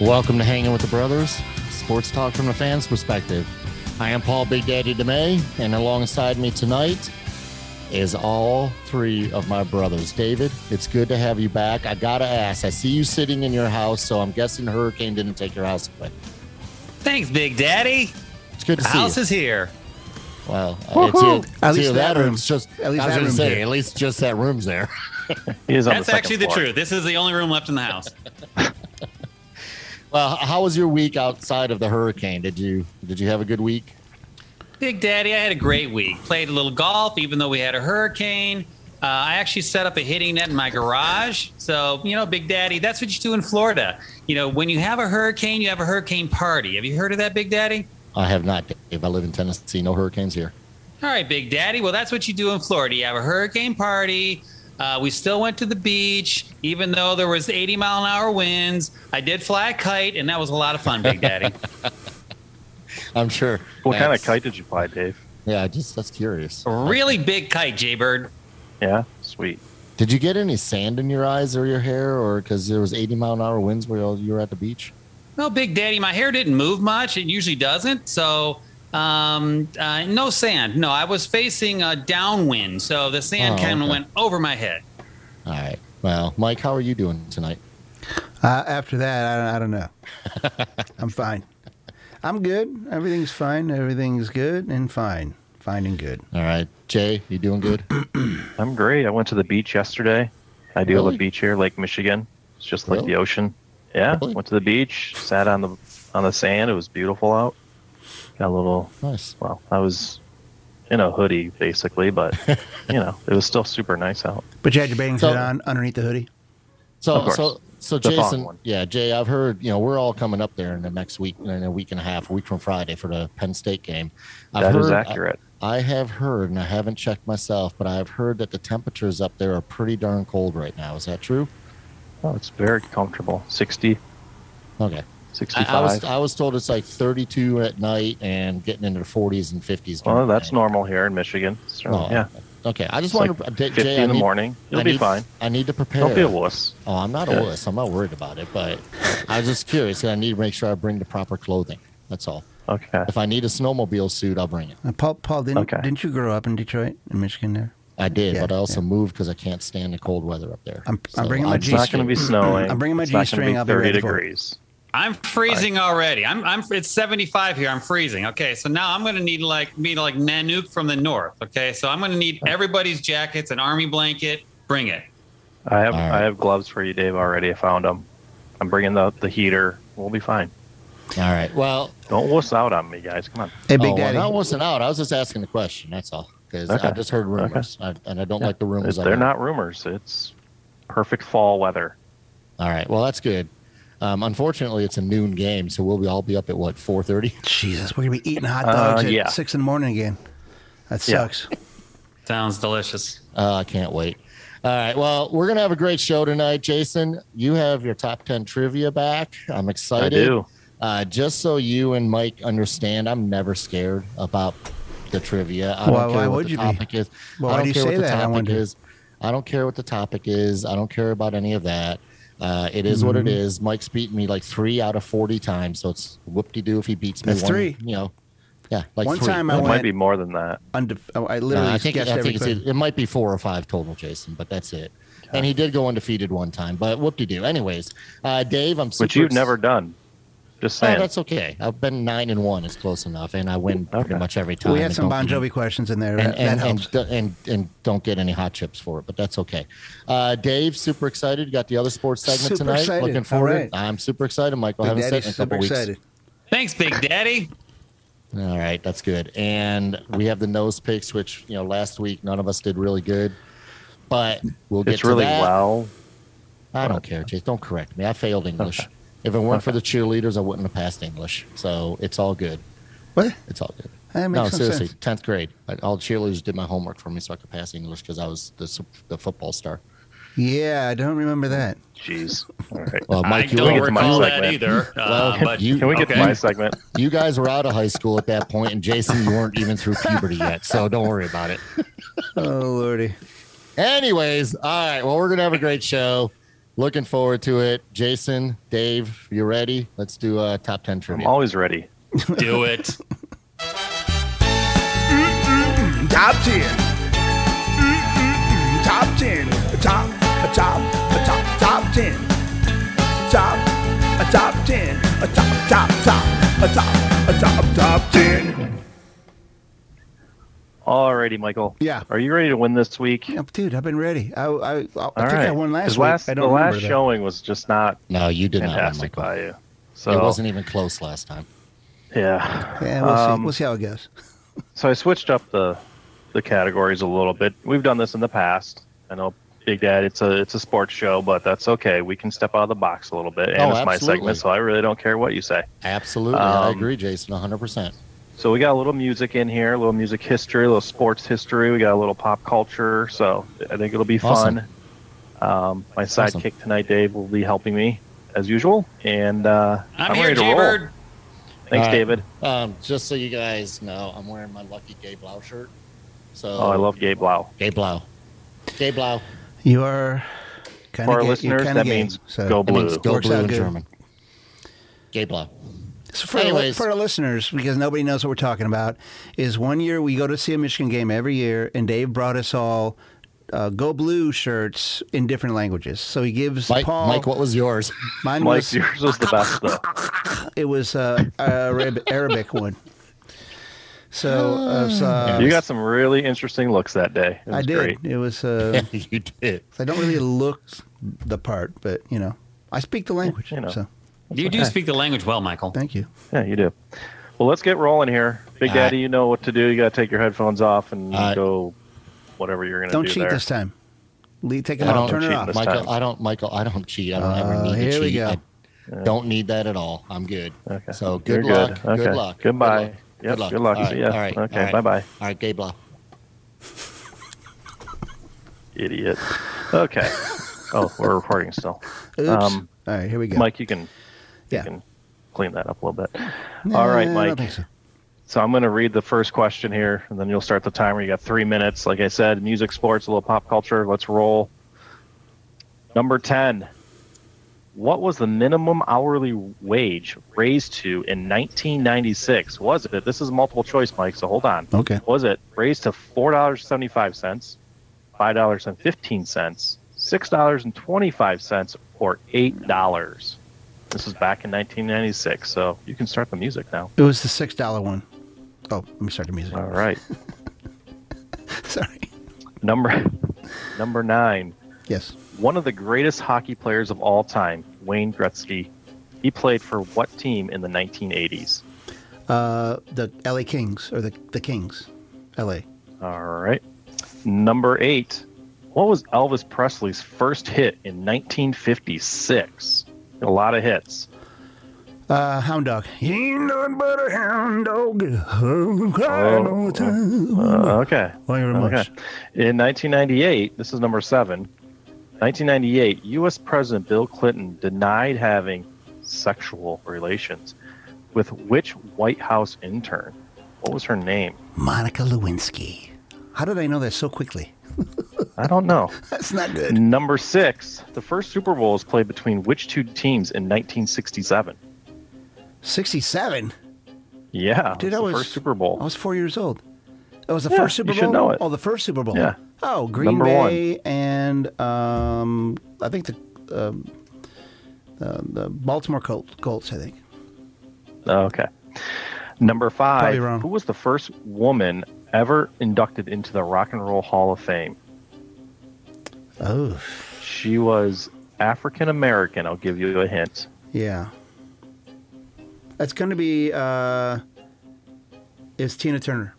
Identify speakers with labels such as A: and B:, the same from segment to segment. A: Welcome to Hanging with the Brothers, sports talk from a fan's perspective. I am Paul Big Daddy DeMay, and alongside me tonight is all three of my brothers. David, it's good to have you back. I gotta ask, I see you sitting in your house, so I'm guessing the hurricane didn't take your house away.
B: Thanks, Big Daddy.
A: It's good to
B: The
A: see
B: house
A: you.
B: is here.
A: well, uh, it's
C: Woohoo!
A: either,
C: At
A: it's
C: least
A: either
C: that
A: or
C: room.
A: it's just I
C: At least
A: was
C: that
A: gonna
C: room's
A: say,
C: here.
A: at least just that room's there.
D: He is on
B: That's
D: the second
B: actually the
D: floor.
B: truth. This is the only room left in the house.
A: Well, h- how was your week outside of the hurricane? Did you did you have a good week?
B: Big Daddy, I had a great week. Played a little golf, even though we had a hurricane. Uh, I actually set up a hitting net in my garage. So, you know, Big Daddy, that's what you do in Florida. You know, when you have a hurricane, you have a hurricane party. Have you heard of that, Big Daddy?
A: I have not, Dave. I live in Tennessee. No hurricanes here.
B: All right, Big Daddy. Well, that's what you do in Florida. You have a hurricane party. Uh, we still went to the beach, even though there was 80 mile an hour winds. I did fly a kite, and that was a lot of fun, Big Daddy.
A: I'm sure.
D: What kind of
A: That's-
D: kite Uh-huh. did you fly, Dave?
A: Yeah, just that's curious.
B: a really big kite, Jaybird.
D: Yeah, sweet.
A: Did you get any sand in your eyes or your hair, or because there was 80 mile an hour winds while you were at the beach?
B: No, Big Daddy, my hair didn't move much. It usually doesn't. So, um, uh, no sand. No, I was facing a downwind, so the sand
A: Oh,
B: kind of
A: okay.
B: went over my head.
A: All right. Well, Mike, how are you doing tonight?
C: Uh, after that, I don't, I don't know. I'm fine. I'm good. Everything's fine. Everything's good and fine. Fine and good.
A: All right, Jay, you doing good?
D: I'm great. I went to the beach yesterday. I do have
A: Really?
D: a beach here, Lake Michigan. It's just like
A: Really?
D: the ocean. Yeah,
A: Really?
D: went to the beach, sat on the on the sand. It was beautiful out. Got a little.
A: Nice.
D: Well, I was in a hoodie basically, but you know, it was still super nice out.
C: But you had your bathing
A: So-
C: suit on underneath the hoodie.
D: Of
A: So,
D: course.
A: so, so,
D: The thong
A: Jason,
D: one.
A: yeah, Jay, I've heard you know we're all coming up there in the next week, in a week and a half, a week from Friday for the Penn State game. I've
D: That is
A: heard- uh,
D: accurate.
A: I have heard, and I haven't checked myself, but I've heard that the temperatures up there are pretty darn cold right now. Is that true?
D: oh, it's very comfortable. 60,
A: Okay. I,
D: 65.
A: I was I was told it's like 32 at night and getting into the 40s and 50s. during
D: well,
A: the
D: Oh, that's
A: day.
D: normal here in Michigan. So,
A: Oh,
D: yeah,
A: Okay, I just
D: it's
A: want
D: like
A: to
D: 50
A: Jay, I
D: in the
A: need-
D: morning. You'll
A: I
D: be
A: need-
D: fine.
A: I need to prepare.
D: Don't be a wuss.
A: Oh, I'm not a
D: Yeah.
A: wuss. I'm not worried about it, but I was just curious. And I need to make sure I bring the proper clothing. That's all.
D: Okay.
A: If I need a snowmobile suit, I'll bring it.
C: Uh, Paul, Paul, didn't
D: Okay.
C: didn't you grow up in Detroit, in Michigan? There,
A: I did,
C: Yeah,
A: but I also
C: yeah.
A: moved because I can't stand the cold weather up there.
C: I'm- I'm bringing my
A: I
D: It's
A: just-
C: G-string.
D: not going to be snowing.
C: I'm bringing my
D: It's not gonna
C: G-string,
D: be
C: I'll be
D: Thirty
C: ready for it.
D: degrees.
B: I'm freezing already. I'm, I'm. It's 75 here. I'm freezing. Okay, so now I'm gonna need like me like Nanook from the north. Okay, so I'm gonna need everybody's jackets, an army blanket. Bring it.
D: I have
A: All right.
D: I have gloves for you, Dave. Already, I found them. I'm bringing the the heater. We'll be fine.
A: All right. Well,
D: Don't wuss out on me, guys. Come on.
C: Hey,
A: oh,
C: Big
A: well,
C: Daddy.
A: not wussing out. I was just asking the question. That's all. Because I
D: Okay.
A: just heard rumors, I, and I don't like the rumors. I
D: They're
A: heard.
D: not rumors. It's perfect fall weather.
A: All right. Well, that's good. Um, unfortunately, it's a noon game, so we'll be all be up at what four thirty.
C: Jesus, we're gonna be eating hot dogs
D: Uh,
C: at
D: yeah.
C: six in the morning again. That
D: Yeah.
C: sucks.
B: Sounds delicious.
A: Uh, I can't wait. All right. Well, we're gonna have a great show tonight, Jason. You have your top ten trivia back. I'm
C: Oh,
D: I,
A: excited.
D: do.
A: Uh, just so you and Mike understand, I'm never scared about the trivia. I
C: Why-
A: don't care
C: why
A: what
C: would
A: the
C: you be?
A: topic is.
C: Well,
A: I
C: why
A: don't
C: do you
A: care
C: say
A: what the
C: that? I
A: topic
C: wonder.
A: is. I don't care what the topic is. I don't care about any of that. Uh, it is
C: Mm-hmm.
A: what it is. Mike's beaten me like three out of forty times, so it's whoop de doo if he beats me.
C: That's
A: one,
C: three.
A: You know, yeah, like
C: One
A: three.
C: time I
D: It
A: Like,
C: went-
D: might be more than that.
C: Undef- oh, I
A: uh,
C: literally
A: I think,
C: guessed
A: I think it's,
C: everything.
A: it might be four or five total, Jason, but that's it. And he did go undefeated one time, but whoop de doo. Anyways, uh, Dave, I'm super
D: Which you've
A: ex-
D: never done. Just
A: Oh,
D: saying.
A: that's okay. I've been nine and one. It's close enough, and I win pretty
D: Okay.
A: much every time.
C: We had
A: and
C: some
A: don't-
C: Bon Jovi questions in there.
A: and
C: that,
A: and,
C: that helps.
A: and, and and don't get any hot chips for it, but that's okay. Uh, Dave, super excited. You got the other sports segment
C: Super
A: tonight.
C: excited.
A: Looking forward.
C: All right.
A: I'm super excited, Michael. I
C: Big
A: haven't said it in a
C: Daddy's super
A: couple weeks.
C: excited.
B: Thanks, Big Daddy.
A: All right, that's good. And we have the nose picks, which you know last week none of us did really good, but we'll get
D: it's
A: to
D: really
A: that.
D: well.
A: I don't care, Chase. Don't correct me. I failed English. If it weren't for the cheerleaders, I wouldn't have passed English. So it's all good.
C: What?
A: It's all good.
C: That makes
A: no,
C: some
A: seriously,
C: sense.
A: tenth grade. Like, all the cheerleaders did my homework for me, so I could pass English because I was the, sup- the football star.
C: Yeah, I don't remember that.
D: Jeez. All right.
A: Well, Mike,
B: I
A: you,
B: don't
D: get to my
B: recall that
D: segment.
B: either. Uh,
A: Well,
B: but
A: you-
D: Can we get
B: okay.
D: to my segment?
A: you guys were out of high school at that point, and Jason, you weren't even through puberty yet, so don't worry about it.
C: Oh lordy.
A: Anyways, all right. Well, we're gonna have a great show. Looking forward to it. Jason, Dave, you ready? Let's do a top 10
D: I'm
A: trivia.
D: always ready.
B: Do it.
E: Top 10. Mm-mm-mm. mm. Top 10. A top, a top, a top, top 10. Top, a top 10. A top, top, top, a top, a top, top 10.
D: Alrighty, Michael.
C: Yeah.
D: Are you ready to win this week?
C: Yeah, dude, I've been ready. I, I, I, I think
D: All right.
C: I won last
D: 'Cause
C: week. I don't
D: the
C: remember
D: last
C: though.
D: showing was just not
A: No, you did not win,
D: fantastic
A: Michael.
D: by you. So
A: It wasn't even close last time.
D: Yeah.
C: Yeah, we'll, see.
D: Um,
C: we'll see how it goes.
D: So I switched up the the categories a little bit. We've done this in the past. I know Big Dad, it's a it's a sports show, but that's okay. We can step out of the box a little bit, and
A: Oh,
D: it's my
A: absolutely.
D: segment, so I really don't care what you say.
A: Absolutely. I
D: Um,
A: agree, Jason, 100%.
D: So we got a little music in here, a little music history, a little sports history. We got a little pop culture. So I think it'll be fun. Um, my sidekick
A: Awesome.
D: tonight, Dave, will be helping me as usual, and uh,
B: I'm, here,
D: ready to
B: Jay
D: roll.
B: Bird.
D: Thanks,
A: All right.
D: David.
A: Um, just so you guys know, I'm wearing my lucky Gay Blau shirt. So
D: Oh, I love Gabe Blau.
A: Gay Blau. Gay Blau.
C: You are kind
D: For
C: of
D: our
C: gay,
D: listeners,
C: you're kinda
D: that
C: gay,
D: means
C: so.
D: go
A: It means
D: Blue.
A: go
C: Works
A: blue
C: out
A: in
C: good.
A: German. Gay Blau.
C: So for,
A: Anyways.
C: for our listeners, because nobody knows what we're talking about, is one year we go to see a Michigan game every year, and Dave brought us all uh, "Go Blue" shirts in different languages. So he gives
A: Mike,
C: Paul.
A: Mike, what was yours?
C: mine
D: Mike,
C: was
D: yours was the best though.
C: it was uh, Arab, Arabic one. So,
A: Ah.
C: uh, so, uh,
D: You got some really interesting looks that day. It
C: I
D: was
C: did.
D: Great.
C: It was. Uh,
A: you did.
C: I don't really look the part, but you know, I speak the language.
D: You know.
C: So
B: You do speak the language well, Michael.
C: thank you.
D: Yeah, you do. Well, let's get rolling here, Big
A: All right.
D: Daddy. You know what to do. You got to take your headphones off and
A: All right.
D: go, whatever you're gonna
C: Don't
D: do
C: cheat
D: there.
C: this time. Lee, take it
A: I don't
C: off. Turn it
D: cheat
C: off.
D: this
A: Michael,
D: time.
A: I don't. Michael, I don't cheat. I don't ever
C: Uh,
A: need to
C: here we
A: cheat.
C: go.
A: I don't need that at all. I'm good.
D: Okay.
A: So good
D: You're
A: luck.
D: Good. Okay.
A: Good luck.
D: Goodbye.
A: Good luck.
D: Yep. Good luck.
A: All right.
D: See ya.
A: All right.
D: Okay.
A: All right.
D: Bye-bye.
A: All right. Gay Blau.
D: Idiot. Okay. oh, we're recording still.
C: Oops.
D: Um,
C: All right, here we go.
D: Mike, you can
C: yeah.
D: you can clean that up a little bit.
C: Nah,
D: All right,
C: I don't
D: Mike.
C: think so.
D: So I'm going to read the first question here, and then you'll start the timer. You got three minutes. Like I said, music, sports, a little pop culture. Let's roll. Number 10. What was the minimum hourly wage raised to in 1996? Was it, this is multiple choice, Mike, so hold on.
C: Okay.
D: Was it raised to $4.75, $5.15, $6.25, or $8? This is back in 1996, so you can start the music now.
C: It was the six dollar one. Oh, let me start the music.
D: All right.
C: Sorry.
D: Number number nine.
C: Yes.
D: One of the greatest hockey players of all time, Wayne Gretzky. He played for what team in the 1980s?
C: Uh, the L.A. Kings or the the Kings, L.A.
D: All right. Number eight. What was Elvis Presley's first hit in 1956? A lot of hits.
C: Uh, hound dog. He ain't nothing but a hound dog. I'm crying all
D: Oh,
C: the time.
D: Uh, okay.
C: Thank you very
D: Okay.
C: much.
D: In 1998, this is number seven. 1998, U.S. President Bill Clinton denied having sexual relations with which White House intern? What was her name?
C: Monica Lewinsky. How did I know that so quickly?
D: I don't know.
C: That's not good.
D: number six, the first Super Bowl was played between which two teams in 1967?
C: Sixty-seven.
D: Yeah, it
C: Dude, I
D: was the
C: was
D: first Super Bowl.
C: I was four years old. That was the
D: Yeah,
C: first Super
D: you should
C: Bowl.
D: know it.
C: Oh, the first Super Bowl.
D: Yeah.
C: Oh, Green
D: Number one.
C: Bay and um, I think the um, uh, the Baltimore Colts. Colts, I think.
D: Oh, Okay. Number
C: Probably
D: five,
C: wrong.
D: who was the first woman ever inducted into the Rock and Roll Hall of Fame?
C: Oh,
D: She was African American. I'll give you a hint.
C: yeah. That's going to be. Uh, it's Tina Turner.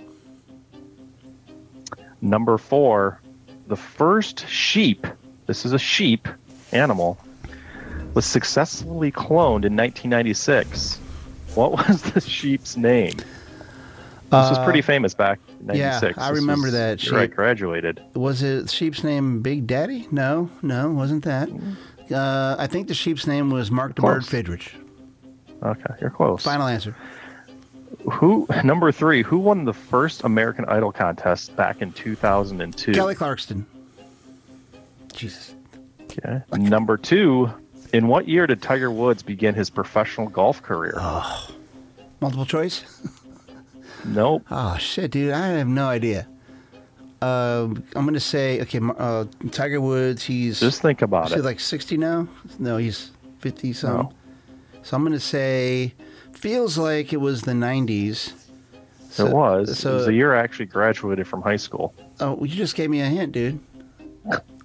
D: Number four, the first sheep, this is a sheep animal, was successfully cloned in 1996. What was the sheep's name? This was pretty famous back in
C: Uh, yeah,
D: 96.
C: I
D: This
C: remember
D: was
C: that
D: year I
C: sheep.
D: graduated.
C: Was it sheep's name Big Daddy? No, no, wasn't that. Uh, I think the sheep's name was Mark the Bird
D: Close.
C: Fidrich.
D: Okay, you're close.
C: Final answer.
D: Who number three? Who won the first American Idol contest back in 2002?
C: Kelly Clarkson. Jesus.
D: Okay. Number two, in what year did Tiger Woods begin his professional golf career?
C: Ah. Multiple choice?
D: nope.
C: Oh shit, dude, I have no idea. Uh, I'm gonna say okay. Mar- Uh, Tiger Woods, he's
D: Just think about
C: is he
D: it.
C: like 60 now? No, he's 50 something. So I'm gonna say feels like it was the 90s. So-
D: it was.
C: So
D: it was the year I actually graduated from high school.
C: oh, well, you just gave me a hint, dude.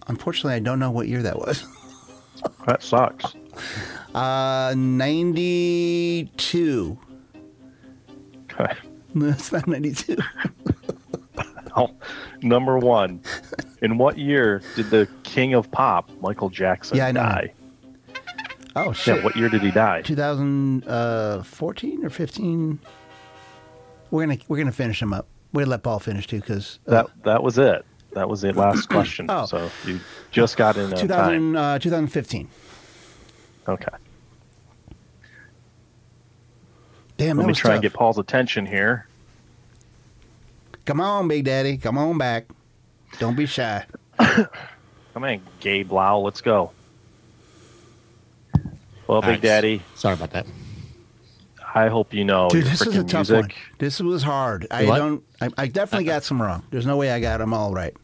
C: Unfortunately, I don't know what year that was.
D: That sucks.
C: Uh, 92.
D: Okay.
C: No, it's not 92.
D: Now, number one, in what year did the king of pop, Michael Jackson,
C: Yeah, I know.
D: die?
C: Oh
D: Yeah,
C: shit.
D: what year did he die?
C: 2014 uh, or 15. We're gonna we're gonna finish him up. We're gonna let Paul finish too, uh, because
D: That that was it. That was the last question.
C: Oh.
D: So you just got in on time.
C: 2000, uh, 2015.
D: Okay.
C: Damn,
D: Let
C: that
D: me
C: was
D: try and
C: tough.
D: get Paul's attention here.
C: Come on, Big Daddy, come on back. Don't be shy.
D: Come on, Gabe Lau, let's go. Well,
A: All
D: Big
A: right.
D: Daddy,
A: Sorry about that.
D: I hope you know
C: Dude,
D: your
C: this is a
D: Oh, freaking
C: tough
D: music.
C: one. This was hard. I
A: What?
C: don't. I, I definitely got some wrong. There's no way I got them all right.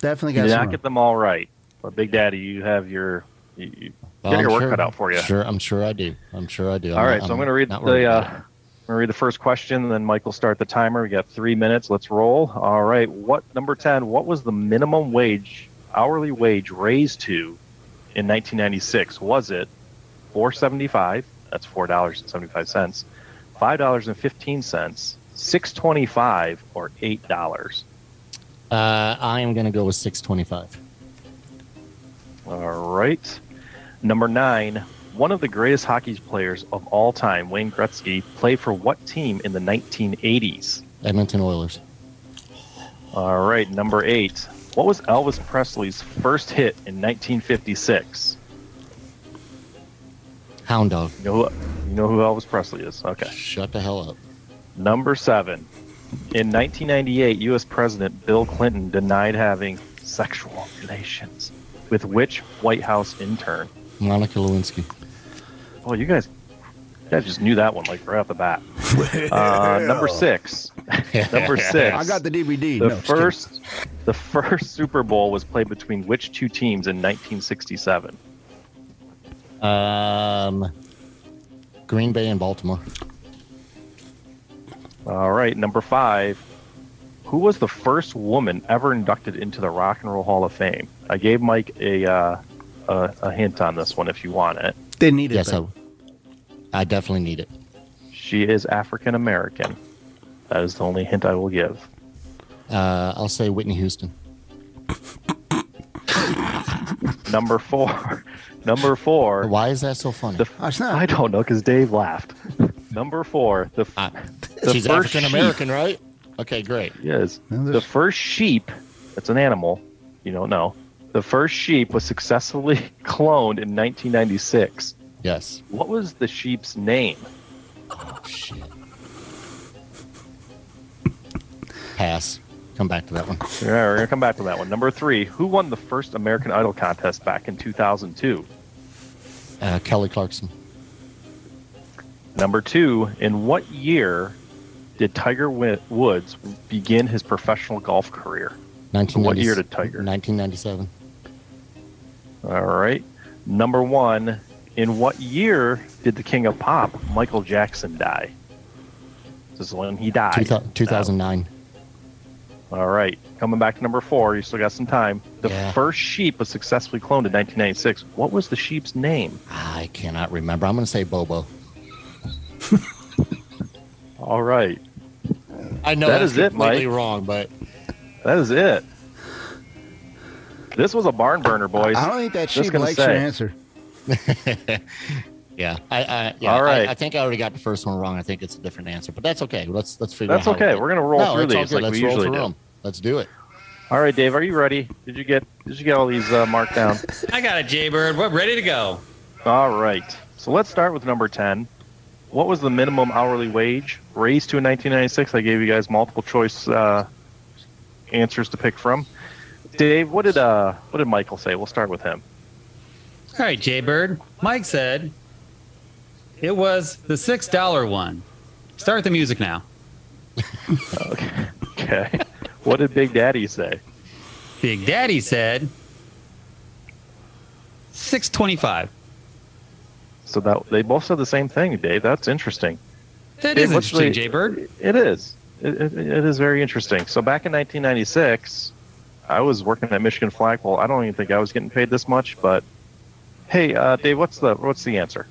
C: Definitely
D: You
C: got
D: did
C: some
D: not
C: wrong.
D: get them all right, but Big Daddy, you have your you, you
A: Well,
D: get
A: I'm
D: your work
A: sure-
D: cut out for you.
A: Sure, I'm sure I do. I'm sure I do.
D: All right, so I'm going to read
A: not
D: the
A: worried
D: uh,
A: about
D: I'm
A: it.
D: going to read the first question, and then Michael start the timer. We got three minutes. Let's roll. All right, what number ten? What was the minimum wage hourly wage raised to in 1996? Was it 4.75? That's four dollars and seventy-five cents. Five dollars and fifteen cents. Six twenty-five or eight dollars.
A: Uh, I am going to go with 625.
D: All right. Number nine, one of the greatest hockey players of all time, Wayne Gretzky, played for what team in the 1980s?
A: Edmonton Oilers.
D: All right. Number eight, what was Elvis Presley's first hit in 1956?
A: Hound dog.
D: You know, who, you know who Elvis Presley is? Okay.
A: Shut the hell up.
D: Number seven, in 1998, U.S. President Bill Clinton denied having sexual relations with which White House intern?
A: Monica Lewinsky.
D: Oh, you guys, you guys just knew that one like right off the bat. Uh, number six. number six.
C: I got the DVD.
D: The
C: no, just kidding.
D: first, the first Super Bowl was played between which two teams in 1967?
A: Um, Green Bay and Baltimore.
D: All right, number five. Who was the first woman ever inducted into the Rock and Roll Hall of Fame? I gave Mike a uh, a, a hint on this one if you want it.
C: Didn't need it.
A: Yes,
C: but-
A: I, I definitely need it.
D: She is African American. That is the only hint I will give.
A: Uh, I'll say Whitney Houston.
D: Number four. number four.
A: Why is that so funny?
D: The-
C: Oh, it's not.
D: I don't know because Dave laughed. Number four, the,
A: I-
D: the
A: Uh, She's
D: first
A: African American, right? Okay, great.
D: sheep- Yes,
C: No, there's-
D: the first sheep. That's an animal. You don't know. The first sheep was successfully cloned in 1996.
A: Yes.
D: What was the sheep's name?
A: Shit. Pass. Come back to that one.
D: All right, we're gonna come back to that one. Number three, who won the first American Idol contest back in 2002?
A: Uh, Kelly Clarkson.
D: Number two, in what year did Tiger Wi- Woods begin his professional golf career?
A: 1990,
D: What year did Tiger?
A: 1997.
D: All right. Number one, in what year did the king of pop, Michael Jackson, die? This is when he died.
A: Two thou- 2009.
D: All right. Coming back to number four, you still got some time. The
A: Yeah.
D: first sheep was successfully cloned in 1996. What was the sheep's name?
A: I cannot remember. I'm going to say Bobo.
D: All right.
A: I know
D: That
A: that's
D: is it,
A: completely
D: Mike.
A: wrong, but
D: That is it. This was a barn burner, boys.
C: I don't think that
D: Just
C: sheep
D: gonna
C: likes your
D: say.
C: answer.
A: yeah, I, I yeah,
D: All right.
A: I, I think I already got the first one wrong. I think it's a different answer, but that's okay. Let's let's figure.
D: That's
A: out how
D: okay.
A: we-
D: We're gonna roll
A: no,
D: through
A: it's all
D: these
A: good.
D: like
A: let's
D: we
A: roll
D: usually
A: through
D: do.
A: 'em. Let's do it.
D: All right, Dave, are you ready? Did you get did you get all these uh, marked down?
B: I got it, Jaybird. We're ready to go.
D: All right. So let's start with number 10. What was the minimum hourly wage raised to in 1996? I gave you guys multiple choice uh, answers to pick from. Dave, what did uh, what did Michael say? We'll start with him.
B: All right, Jaybird. Mike said it was the six dollar one. Start the music now.
D: Okay. what did Big Daddy say?
B: Big Daddy said six twenty five.
D: So that they both said the same thing, Dave. That's interesting.
B: That
D: Hey,
B: is
D: what's
B: interesting,
D: the-
B: Jaybird.
D: It is. It, it, it is very interesting. So back in 1996, I was working at Michigan Flagpole. I don't even think I was getting paid this much, but hey, uh, Dave, what's the what's the answer?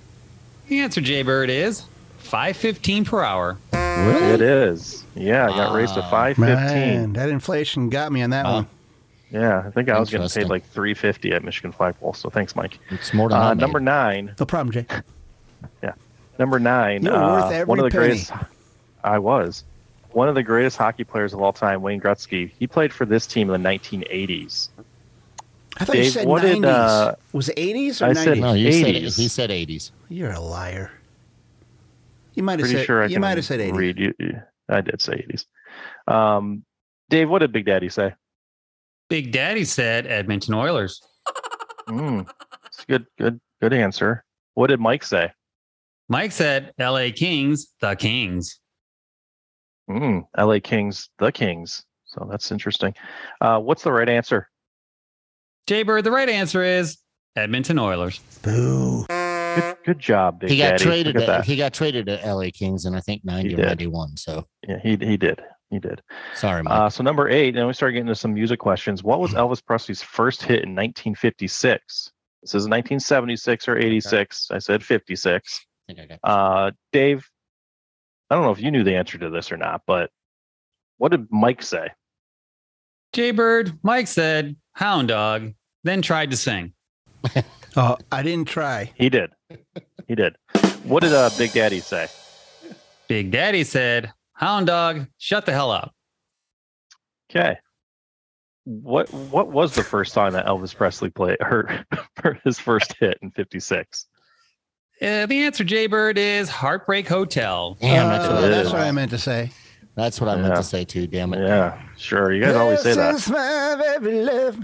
B: The answer, Jaybird, is five fifteen per hour.
D: It is. Yeah, I got raised to
A: Ah,
D: 515.
C: Man, that inflation got me on that
A: Wow.
D: Uh-huh.
C: one.
D: Yeah, I think I was getting
A: Interesting.
D: paid like 350 at Michigan Flagpole. So thanks, Mike.
A: It's more than I
D: Uh,
A: made.
D: number nine.
C: No problem, Jay.
D: Number nine.
C: You were
D: uh,
C: worth every
D: one of the
C: penny.
D: greatest. I was one of the greatest hockey players of all time, Wayne Gretzky. He played for this team in the 1980s.
C: I thought you
D: Dave,
C: said
D: what
C: 90s.
D: did, uh,
C: was it 80s or
D: I
C: 90s?
D: said
A: No, he said
D: 80s.
A: he said eighties.
C: You're a liar. You might have
D: Pretty
C: said
D: sure I
C: you
D: can
C: might have said 80.
D: read you. you- I did say 80s. Um, Dave, what did Big Daddy say?
B: Big Daddy said Edmonton Oilers.
D: Mm, it's a good, good, good answer. What did Mike say?
B: Mike said L.A. Kings, the Kings.
D: Mm, LA Kings, the Kings. So that's interesting. Uh, what's the right answer?
B: Jaybird, the right answer is Edmonton Oilers.
C: Boo.
D: Good, good job, Big
A: He got
D: Daddy.
A: traded.
D: Look at
A: To,
D: that.
A: he got traded to L.A. Kings in I think ninety or
D: did.
A: ninety one. So
D: Yeah, he he did. He did.
A: sorry, Mike.
D: Uh, so number eight, and we start getting into some music questions. What was Elvis Presley's first hit in 1956? This is 1976 or 86. I said 56.
A: I think I got-
D: Uh, Dave, I don't know if you knew the answer to this or not, but what did Mike say?
B: Jaybird, Mike said Hound Dog, then tried to sing.
D: Uh,
C: Oh, I didn't try.
D: He did. He did. What did uh, Big Daddy say?
B: Big Daddy said, Hound Dog, shut the hell up.
D: Okay. What what was the first song that Elvis Presley played? Her, his first hit in '56.
B: Uh, the answer, Jaybird, is Heartbreak Hotel.
A: Damn, that's,
C: Uh,
A: what I,
C: that's what I meant to say.
A: that's what I meant
D: Yeah.
A: to say too. Damn it!
D: Yeah, sure. You guys always say
C: This
D: that.
C: is my very love.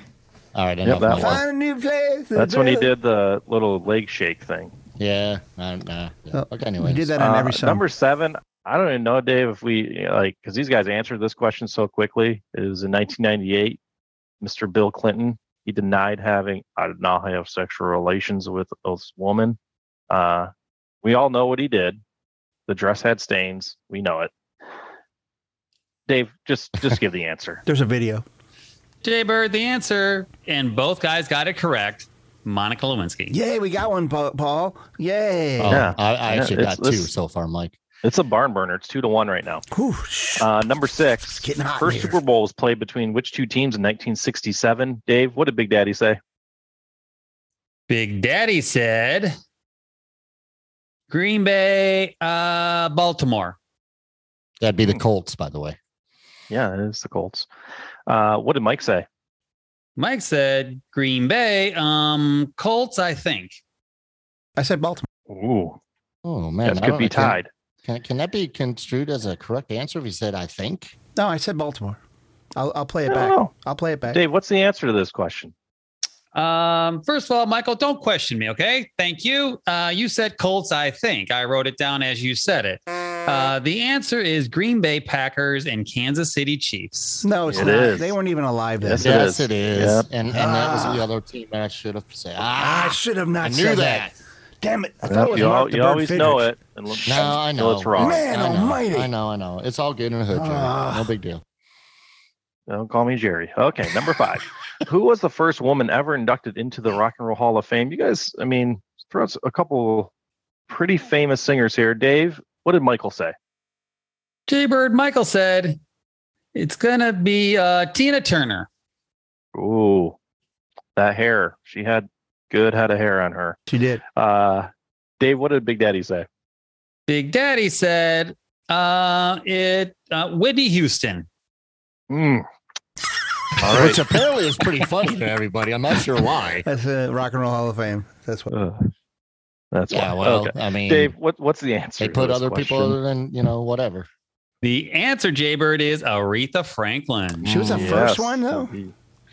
A: All right,
D: Yep,
A: enough.
D: that
A: Mike.
D: one.
C: Find a new place. to
D: That's when he
C: dwell.
D: did the little leg shake thing.
A: Yeah, I nah, yeah.
C: Oh,
A: Okay,
C: We
A: anyways.
C: did that on
D: Uh,
C: every song.
D: Number seven. I don't even know, Dave, if we like because these guys answered this question so quickly. It was in 1998. Mr. Bill Clinton he denied having I did not have sexual relations with this woman. Uh, we all know what he did. The dress had stains. We know it. Dave, just just give the answer.
C: There's a video.
B: Jaybird, the answer, and both guys got it correct. Monica Lewinsky.
C: Yay, we got one, Pa- Paul. Yay.
A: Oh,
D: Yeah.
A: I, I
D: Yeah,
A: actually
D: it's-
A: got two
D: it's-
A: so far, Mike.
D: It's a barn burner. It's two to one right now.
C: Whew, shh.
D: Uh, number six,
C: getting hot in
D: first
C: here.
D: Super Bowl was played between which two teams in 1967? Dave, what did Big Daddy say?
B: Big Daddy said, Green Bay, uh, Baltimore.
A: That'd be the Colts, by the way.
D: Yeah, it is the Colts. Uh, what did Mike say?
B: Mike said, Green Bay, um, Colts, I think.
C: I said Baltimore.
D: Ooh,
A: Oh man,
D: that
A: I
D: could
A: don't
D: be
A: know, can-
D: tied.
A: Can, can that be construed as a correct answer if he said I think?
C: No, I said Baltimore. I'll, I'll play
D: I
C: it back.
D: don't know.
C: I'll play it back.
D: Dave, what's the answer to this question?
B: Um, first of all, Michael, don't question me, okay? Thank you. Uh, you said Colts, I think. I wrote it down as you said it. Uh, the answer is Green Bay Packers and Kansas City Chiefs.
C: No, it's
D: It
C: not.
D: is.
C: They weren't even alive then.
D: Yes, it
A: yes,
D: is.
A: it is.
D: Yep.
A: And and that was
C: Ah.
A: the other team that I should have said.
C: I
A: Ah,
C: should have not
A: I knew
C: said
A: that.
C: Damn it. I thought
D: Yep,
C: it was
D: you
C: Mark
D: al-
C: the
D: you
C: Bird
D: always
C: Fidrich.
D: know it. and l-
A: No, I
D: until
A: know.
D: it's wrong.
C: Man
A: I know,
C: almighty.
A: I know, I know. It's all good in the hood, Jerry.
C: Ah.
A: no big deal.
D: Don't call me Jerry. Okay, number five. Who was the first woman ever inducted into the Rock and Roll Hall of Fame? You guys, I mean, throw out a couple pretty famous singers here. Dave, what did Michael say?
B: Jaybird Michael said it's gonna be uh, Tina Turner.
D: Ooh, that hair. She had good head of hair on her.
C: She did.
D: Uh, Dave, what did Big Daddy say?
B: Big Daddy said uh, it uh, Whitney Houston.
D: Mm. All right.
A: Which apparently is pretty funny to everybody. I'm not sure why.
C: That's the Rock and Roll Hall of Fame. That's what.
D: Ugh. That's
A: Yeah,
D: why.
A: well,
D: okay.
A: I mean,
D: Dave, what what's the answer?
A: they
D: to
A: put
D: this
A: other people
D: question?
A: other than you know whatever.
B: The answer, Jaybird, is Aretha Franklin.
C: She was the
A: Mm,
C: first
D: Yes.
C: one, though?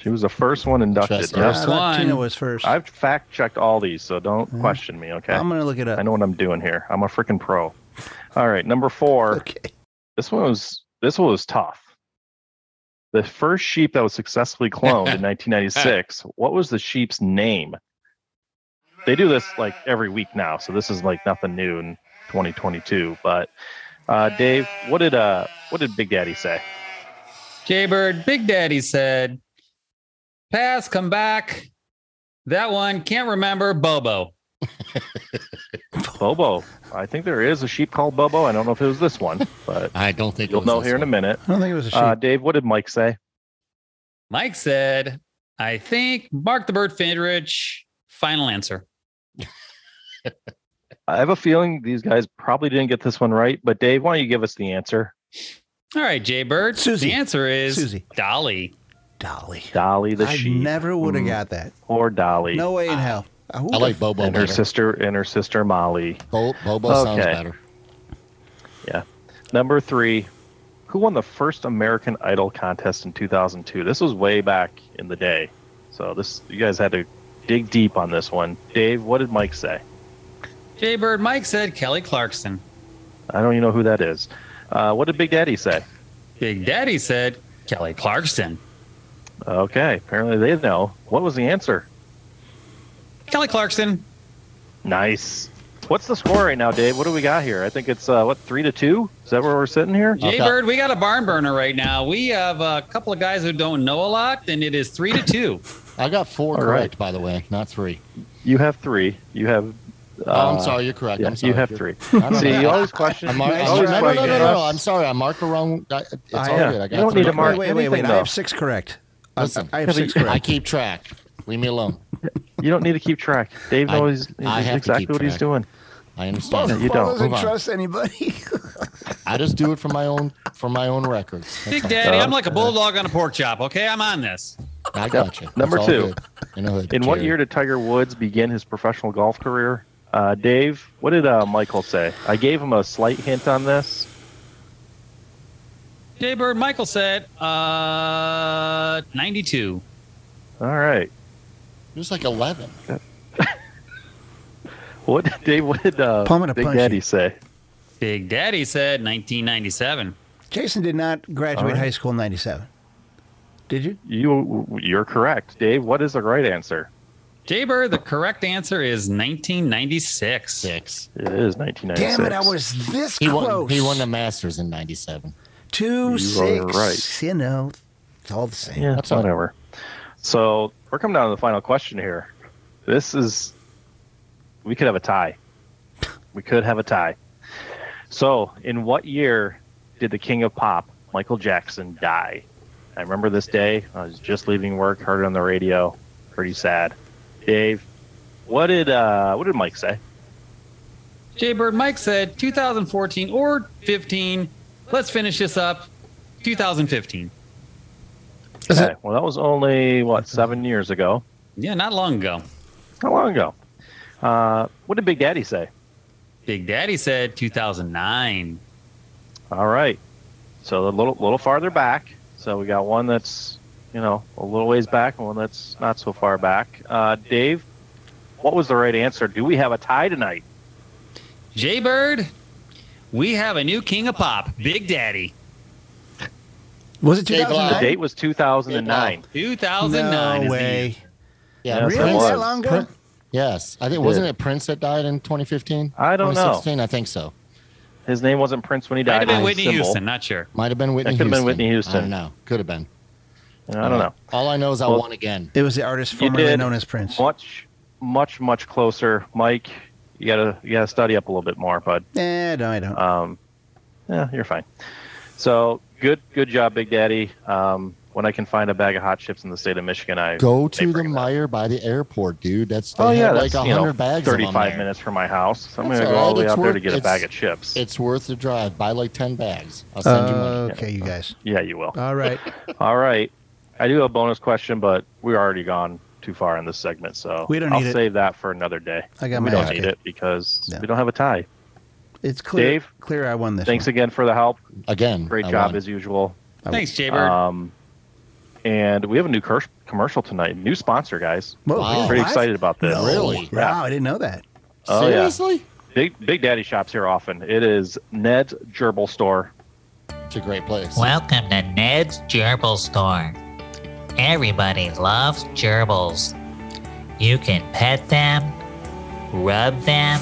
D: She was the first one inducted.
A: Just
D: Yes.
A: us.
B: one.
C: Tina was 1st i
D: I've fact checked all these, so don't question me, okay?
C: am gonna look it up.
D: I know what I'm doing here. I'm a freaking pro. All right, number four.
C: Okay.
D: This one was this one was tough. The first sheep that was successfully cloned in 1996. What was the sheep's name? They do this like every week now, so this is like nothing new in 2022. But uh, Dave, what did uh what did Big Daddy say?
B: Jaybird, Big Daddy said, pass, come back. That one, can't remember, Bobo.
D: Bobo. I think there is a sheep called Bobo. I don't know if it was this one, but
A: I don't think it
D: you'll
A: was
D: know
A: this
D: here in a
A: one.
D: minute.
C: I don't think it was a sheep.
D: Uh, Dave, what did Mike say?
B: Mike said, I think Mark the Bird Fidrich, final answer.
D: I have a feeling these guys probably didn't get this one right, but Dave, why don't you give us the answer?
B: All right, Jaybird.
C: Susie.
B: The answer is
C: Susie.
B: Dolly.
C: Dolly.
D: Dolly the
C: I
D: sheep.
C: never would have
D: Mm.
C: got that.
D: Poor Dolly.
C: No way in hell. Uh, who
A: I
C: the
A: like
C: f-
A: Bobo
D: and her
A: better.
D: sister and her sister Molly.
A: Bo- Bobo sounds
D: Okay.
A: better.
D: Number three, who won the first American Idol contest in 2002? This was way back in the day, so this you guys had to dig deep on this one. Dave, what did Mike say?
B: Jaybird, Mike said Kelly Clarkson.
D: I don't even know who that is. Uh, what did Big Daddy say?
B: Big Daddy said Kelly Clarkson.
D: Okay, apparently they know. What was the answer?
B: Kelly Clarkson.
D: Nice. What's the score right now, Dave? What do we got here? I think it's uh, what three to two. Is that where we're sitting here?
A: Okay.
B: Jaybird, we got a barn burner right now. We have a couple of guys who don't know a lot, and it is three to two.
A: I got four
D: All
A: correct,
D: right.
A: by the way, not three.
D: You have three. You have. Uh,
A: Oh, I'm sorry, you're correct.
D: yeah,
A: I'm sorry.
D: you have
A: You're-
D: three.
A: I don't
D: See,
A: know.
D: you always question.
A: I mark,
D: you
A: I
C: Nice
D: always
A: mark-
C: try,
A: no, no, no, no,
D: question
A: no,
D: us.
A: I'm sorry. I marked the wrong. I- It's
C: I-
A: all
D: yeah.
A: good. I
D: You
A: got
D: don't
A: three
D: need to mark
A: correct.
C: Wait, wait, wait.
D: anything,
C: I
D: though.
C: have six correct. I-
A: Listen.
C: I have
D: Yeah, but
C: six
D: you-
A: I
C: correct.
A: keep track. Leave me alone.
D: You don't need to keep track. Dave
A: I-
D: knows
A: I have to
D: exactly
A: keep
D: what he's
A: track.
D: doing.
A: I understand.
D: you don't.
A: Move on.
C: trust anybody.
A: I just do it for my own for my own records. That's
B: Big
A: all.
B: Daddy,
D: Uh,
B: I'm like a bulldog on a pork chop. Okay, I'm on this.
A: I got you.
D: Number
A: It's all
D: two.
A: good. In, the hood,
D: In what
A: Jerry.
D: year did Tiger Woods begin his professional golf career? Uh, Dave, what did uh, Michael say? I gave him a slight hint on this.
B: Jaybird, Michael said, uh, 92.
D: All right.
A: He was like 11.
D: What did Dave? What did uh,
C: Paul, I'm gonna
D: Big
C: punch you.
D: Daddy say?
B: Big Daddy said 1997.
C: Jason did not graduate
D: All right.
C: high school in '97. Did you?
D: You, you're correct, Dave. What is the right answer?
B: Jaybird, the correct answer is 1996.
A: Six.
D: It is 1996.
C: Damn it! I was this
A: He won,
C: close.
A: he won the Masters in 97.
C: two
D: You
C: six.
D: are right.
C: You know, it's all the same.
D: Yeah,
A: That's all right.
D: whatever. So we're coming down to the final question here. This is we could have a tie. We could have a tie. So in what year did the king of pop, Michael Jackson, die? I remember this day. I was just leaving work, heard it on the radio. Pretty sad. Dave, what did uh what did Mike say?
B: Jaybird, Mike said 2014 or 15. Let's finish this up. 2015.
C: Is
D: Okay, well that was only what, seven years ago.
B: Yeah, not long ago.
D: How long ago? Uh what did Big Daddy say?
B: Big Daddy said 2009.
D: All right. So a little little farther back. So we got one that's you know a little ways back, and one that's not so far back. Uh, Dave, what was the right answer? Do we have a tie tonight?
B: Jaybird, we have a new king of pop, Big Daddy.
C: Was it
A: Dave
D: The
C: 2009?
A: Live.
D: date was 2009.
B: 2009
C: No
B: is
C: way.
A: Yeah,
D: Yes, it
C: Really?
D: was.
C: That long ago?
A: Prince- yes, I think wasn't it Prince that died in 2015?
D: I don't know.
A: 2016, I think so.
D: His name wasn't Prince when he
B: the year. Might have
D: died.
B: been
D: it was
B: Whitney
D: Sybil.
B: Houston, not sure.
A: Might have been Whitney.
D: could've been
A: Houston.
D: Whitney Houston.
A: I don't know. Could have been.
D: I don't know.
A: All I know is I
D: Well-
A: won again.
C: It was the artist
D: You
C: formerly
D: did.
C: known as Prince.
D: Much, much, much closer, Mike. You gotta you gotta study up a little bit more, bud.
C: Eh, no, I don't.
D: Um, yeah, you're fine. So good, good job, Big Daddy. Um, when I can find a bag of hot chips in the state of Michigan, I
A: Go
D: they
A: to the
D: bring that.
A: Meyer by the airport, dude. That's they
D: Oh yeah,
A: had
D: that's
A: like
D: you know,
A: hundred bags. of them
D: Thirty-five
A: there.
D: minutes from my house. So I'm
A: That's
D: gonna go
A: all
D: all the way
A: right,
D: out
A: it's
D: there to
A: worth-
D: get a bag
A: it's-
D: of chips.
A: It's worth the drive. Buy like ten bags. I'll send you
D: Uh,
A: money.
C: Okay, you guys.
D: yeah, you will.
C: All right.
D: all right, I do have a bonus question, but we're already gone too far in this segment, so
C: We don't
D: I'll
C: need it.
D: save that for another day.
C: I got
D: we
C: my
D: don't
C: ass
D: need
C: kicked.
D: it because
C: No.
D: we don't have a tie.
C: It's clear.
D: Dave?
C: Clear I won this.
D: Thanks again for the help.
A: Again,
D: Great
A: I uh,
D: job
A: won.
D: as usual.
C: I-
B: Thanks, Jaybird.
D: Um, and we have a new cur- commercial tonight. New sponsor, guys.
C: Whoa,
A: Wow.
D: Pretty
C: what?
D: excited about this.
C: No.
A: Really?
C: Wow, I didn't know that.
D: Oh, yeah.
A: Seriously?
D: Big Big Daddy shops here often. It is Ned's Gerbil Store.
A: It's a great place.
F: Welcome to Ned's Gerbil Store. Everybody loves gerbils. You can pet them, rub them,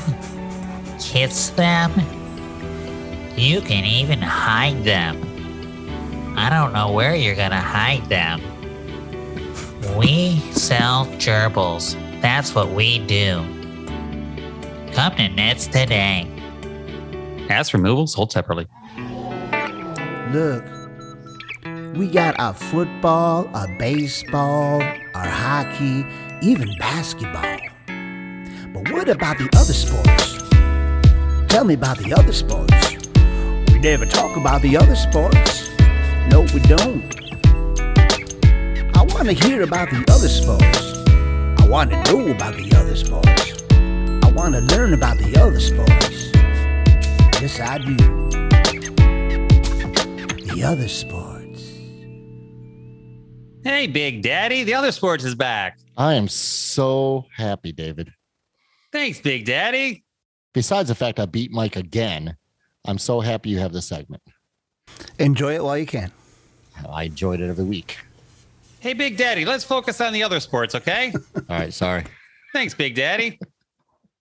F: kiss them. You can even hide them. I don't know where you're gonna hide them. We sell gerbils. That's what we do. Come to Ned's today.
B: Ass removals, hold separately.
G: Look, we got our football, our baseball, our hockey, even basketball. But what about the other sports? Tell me about the other sports. We never talk about the other sports. No, we don't. I want to hear about the other sports. I want to know about the other sports. I want to learn about the other sports. Yes, I do the other sports.
B: Hey, Big Daddy, the other sports is back.
A: I am so happy, David.
B: Thanks, Big Daddy.
A: Besides the fact I beat Mike again, I'm so happy you have this segment.
C: Enjoy it while you can.
A: I enjoyed it every week.
B: Hey, Big Daddy, let's focus on the other sports, okay?
A: All right, sorry.
B: Thanks, Big Daddy.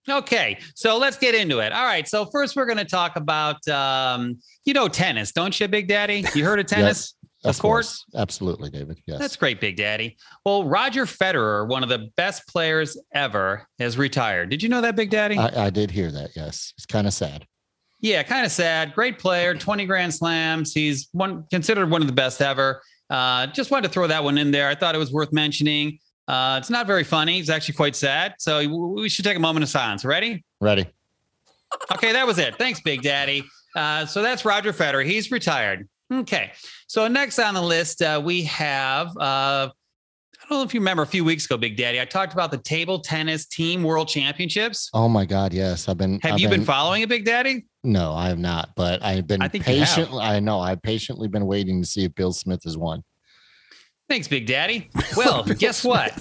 B: Okay, so let's get into it. All right, so first we're going to talk about, um, you know, tennis, don't you, Big Daddy? You heard of tennis?
A: Of,
B: Of course.
A: Absolutely, David. Yes.
B: That's great, Big Daddy. Well, Roger Federer, one of the best players ever, has retired. Did you know that, Big Daddy?
A: I, I did hear that. Yes. It's kind of sad.
B: Yeah, kind of sad. Great player, 20 grand slams. He's one considered one of the best ever. Uh, just wanted to throw that one in there. I thought it was worth mentioning. Uh, it's not very funny. It's actually quite sad. So we we should take a moment of silence. Ready?
A: Ready?
B: Okay, that was it. Thanks, Big Daddy. Uh, so that's Roger Federer. He's retired. Okay. So next on the list, uh, we have. Uh, I don't know if you remember a few weeks ago, Big Daddy. I talked about the table tennis team world championships.
A: Oh my God. Yes. I've been.
B: Have
A: I've
B: you been following it, Big Daddy?
A: No, I have not. But I have been
B: I think you have.
A: patiently. I know. I've patiently been waiting to see if Bill Smith has won.
B: Thanks, Big Daddy. Well, guess what?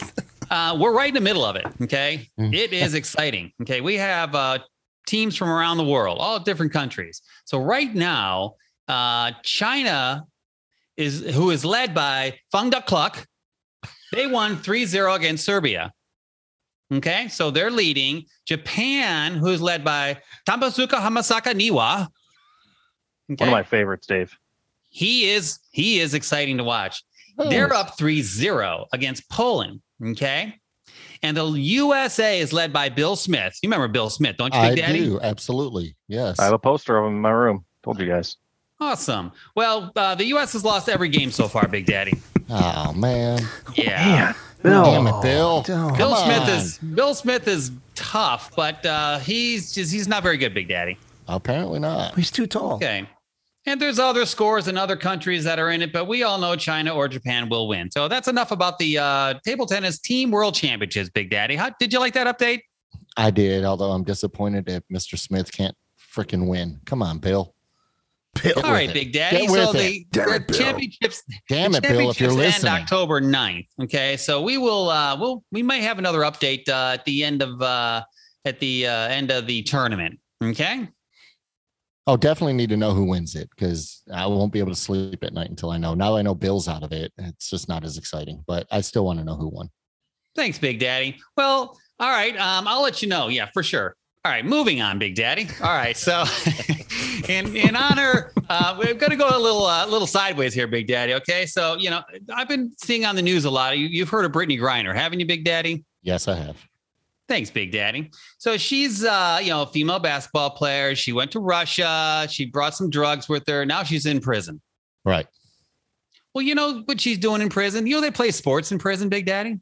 B: Uh, we're right in the middle of it. Okay.
A: Mm.
B: It is exciting. Okay. We have uh, teams from around the world, all different countries. So, right now, uh, China is who is led by Feng Duck They won 3 0 against Serbia. Okay. So they're leading. Japan, who's led by Tambasuka Hamasaka Niwa.
D: One of my favorites, Dave.
B: he is he is exciting to watch.
A: Hmm.
B: They're up 3-0 against Poland. Okay. And the USA is led by Bill Smith. You remember Bill Smith, don't you,
A: Oh, I
B: Big Daddy?
A: do. Absolutely. Yes.
D: I have a poster of him in my room. Told you guys.
B: Awesome. Well, uh, the US has lost every game so far, Big Daddy.
A: oh man.
B: Yeah.
A: Damn it, Bill.
C: Don't.
B: Bill
A: Come
B: Smith
A: on.
B: is Bill Smith is tough, but uh, he's just he's not very good, Big Daddy.
A: Apparently not.
C: He's too tall.
B: Okay. And there's other scores in other countries that are in it, but we all know China or Japan will win. So that's enough about the uh, table tennis team world championships, Big Daddy. How, did you like that update?
A: I did. Although I'm disappointed that Mr. Smith can't freaking win. Come on, Bill. Get
B: All
A: with
B: right,
A: it.
B: Big Daddy.
A: Get with
B: So the,
A: it.
E: Damn
B: the
E: it, Bill.
B: championships,
A: Damn
B: the
A: it, Bill. If you're
B: championships end
A: listening.
B: October 9th. Okay, so we will. Uh, we'll. We might have another update uh, at the end of uh, at the uh, end of the tournament. Okay.
A: Oh, definitely need to know who wins it because I won't be able to sleep at night until I know. Now I know Bill's out of it. It's just not as exciting, but I still want to know who won.
B: Thanks, Big Daddy. Well, all right. Um, I'll let you know. Yeah, for sure. All right, moving on, Big Daddy. All right, so in in honor, uh, we're going to go a little uh, little sideways here, Big Daddy. Okay, so you know I've been seeing on the news a lot. You, you've heard of Brittany Griner, haven't you, Big Daddy?
A: Yes, I have.
B: Thanks, Big Daddy. So she's, uh, you know, a female basketball player. She went to Russia. She brought some drugs with her. Now she's in prison.
A: Right.
B: Well, you know what she's doing in prison. You know they play sports in prison, Big Daddy.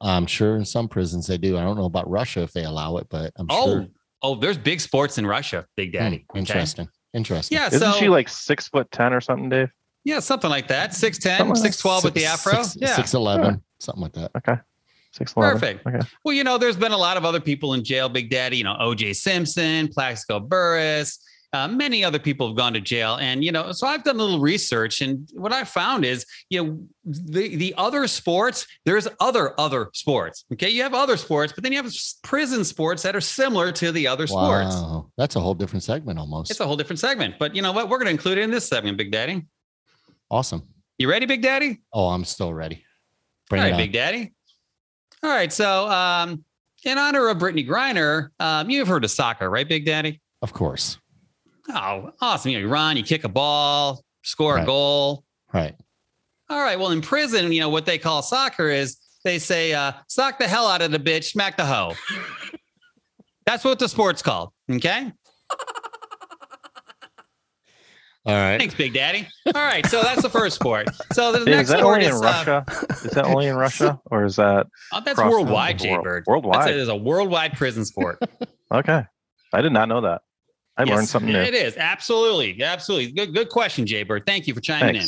A: I'm sure in some prisons they do. I don't know about Russia if they allow it, but I'm
B: Oh,
A: sure.
B: oh, there's big sports in Russia, Big Daddy.
A: Hmm, interesting. Interesting.
B: Yeah,
D: Isn't
B: so
D: she like six foot ten or something, Dave?
B: yeah, something like that. 6'10",
D: Something like
B: 6'12", with the afro.
A: Six,
B: yeah,
A: 6'11", something like that.
D: Six eleven.
B: Perfect.
D: Okay.
B: Well, you know, there's been a lot of other people in jail, Big Daddy, you know, OJ Simpson, Plaxico Burris. Uh, many other people have gone to jail, and you know, so I've done a little research, and what I found is, you know, the the other sports, there's other other sports. Okay, you have other sports, but then you have s- prison sports that are similar to the other sports.
A: Wow. That's a whole different segment almost.
B: It's a whole different segment, but you know what? We're going to include it in this segment, Big Daddy.
A: awesome.
B: You ready, Big Daddy?
A: Oh, I'm still ready. Bring
B: All
A: it
B: right,
A: on.
B: Big Daddy. All right, so um, in honor of Brittany Griner, um, you've heard of soccer, right, Big Daddy?
A: Of course.
B: Oh, awesome! You, know, you run, you kick a ball, score
A: Right.
B: a goal.
A: Right.
B: All right. Well, in prison, you know what they call soccer is they say uh, sock the hell out of the bitch, smack the hoe. That's what the sport's called. Okay.
A: All right.
B: Thanks, Big Daddy. All right. So that's the first sport. So the
D: Is
B: next
D: that
B: sport
D: only
B: is uh,
D: in Russia? Is that only in Russia, or is that
B: Oh, that's
D: Across the
B: worldwide,
D: world.
B: Jaybird.
D: Worldwide.
B: That's a, it's a worldwide prison sport.
D: okay? I did not know that. I
B: Yes,
D: learned something new.
B: It is absolutely, absolutely. Good, good question, Jaybird. Thank you for chiming
D: Thanks.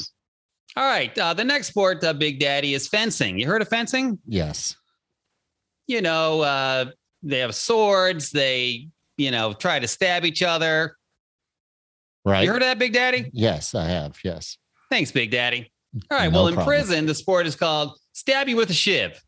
B: in. All right, uh, the next sport, uh, Big Daddy, is fencing. You heard of fencing?
A: Yes.
B: You know, uh, they have swords. They, you know, try to stab each other.
A: Right.
B: You heard of that, Big Daddy?
A: yes, I have. Yes.
B: Thanks, Big Daddy. All right.
A: No
B: well, in
A: problem.
B: prison, the sport is called stab you with a shiv.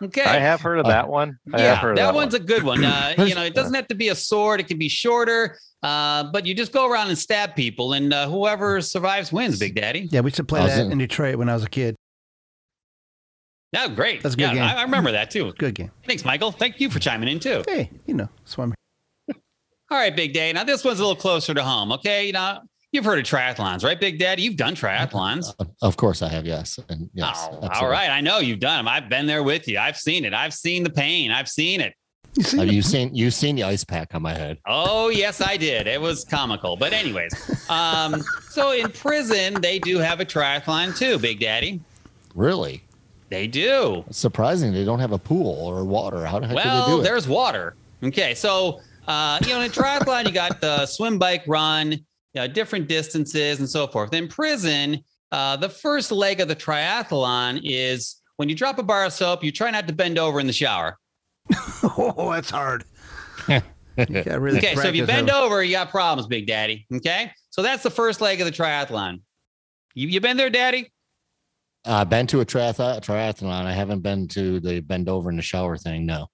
B: okay.
D: I have heard of
A: Uh,
D: that one. I have
B: yeah,
D: heard
B: that,
D: of that,
B: one's
D: one.
B: a good one. Uh, you know, it doesn't have to be a sword; it can be shorter. Uh, but you just go around and stab people, and uh, whoever survives wins, Big Daddy.
C: Yeah, we used to play
A: I was
C: that
A: in-
C: in Detroit when I was a kid.
B: Yeah, Oh, great.
C: That's a good
B: yeah,
C: game.
B: I, I remember that too.
C: Good game.
B: Thanks, Michael. Thank you for chiming in too.
C: Hey, you know, swimmer.
B: All right, Big Daddy. Now this one's a little closer to home. Okay, you know, you've heard of triathlons, right, Big Daddy? You've done triathlons.
A: Of, of course I have. Yes. And Uh, yes.
B: Oh, all
A: absolutely.
B: right, I know you've done them. I've been there with you. I've seen it. I've seen the pain. I've seen it.
C: You see?
A: Have you seen you've seen the ice pack on my head?
B: Oh yes, I did. It was comical, but anyways. Um, so in prison, they do have a triathlon too, Big Daddy.
A: Really?
B: They do.
A: It's surprising they don't have a pool or water. How the heck do they
B: Well,
A: do it?
B: there's water. Okay, so uh, you know in a triathlon, you got the swim, bike, run, you know, different distances and so forth. In prison, uh, the first leg of the triathlon is when you drop a bar of soap, you try not to bend over in the shower.
C: Oh, that's hard. you got really
B: Okay, so if you
C: practice
B: bend
C: that
B: over, you got problems, Big Daddy. Okay, so that's the first leg of the triathlon. You, you been there, Daddy?
A: Uh, I've been to a triath- triathlon. I haven't been to the bend over in the shower thing. No,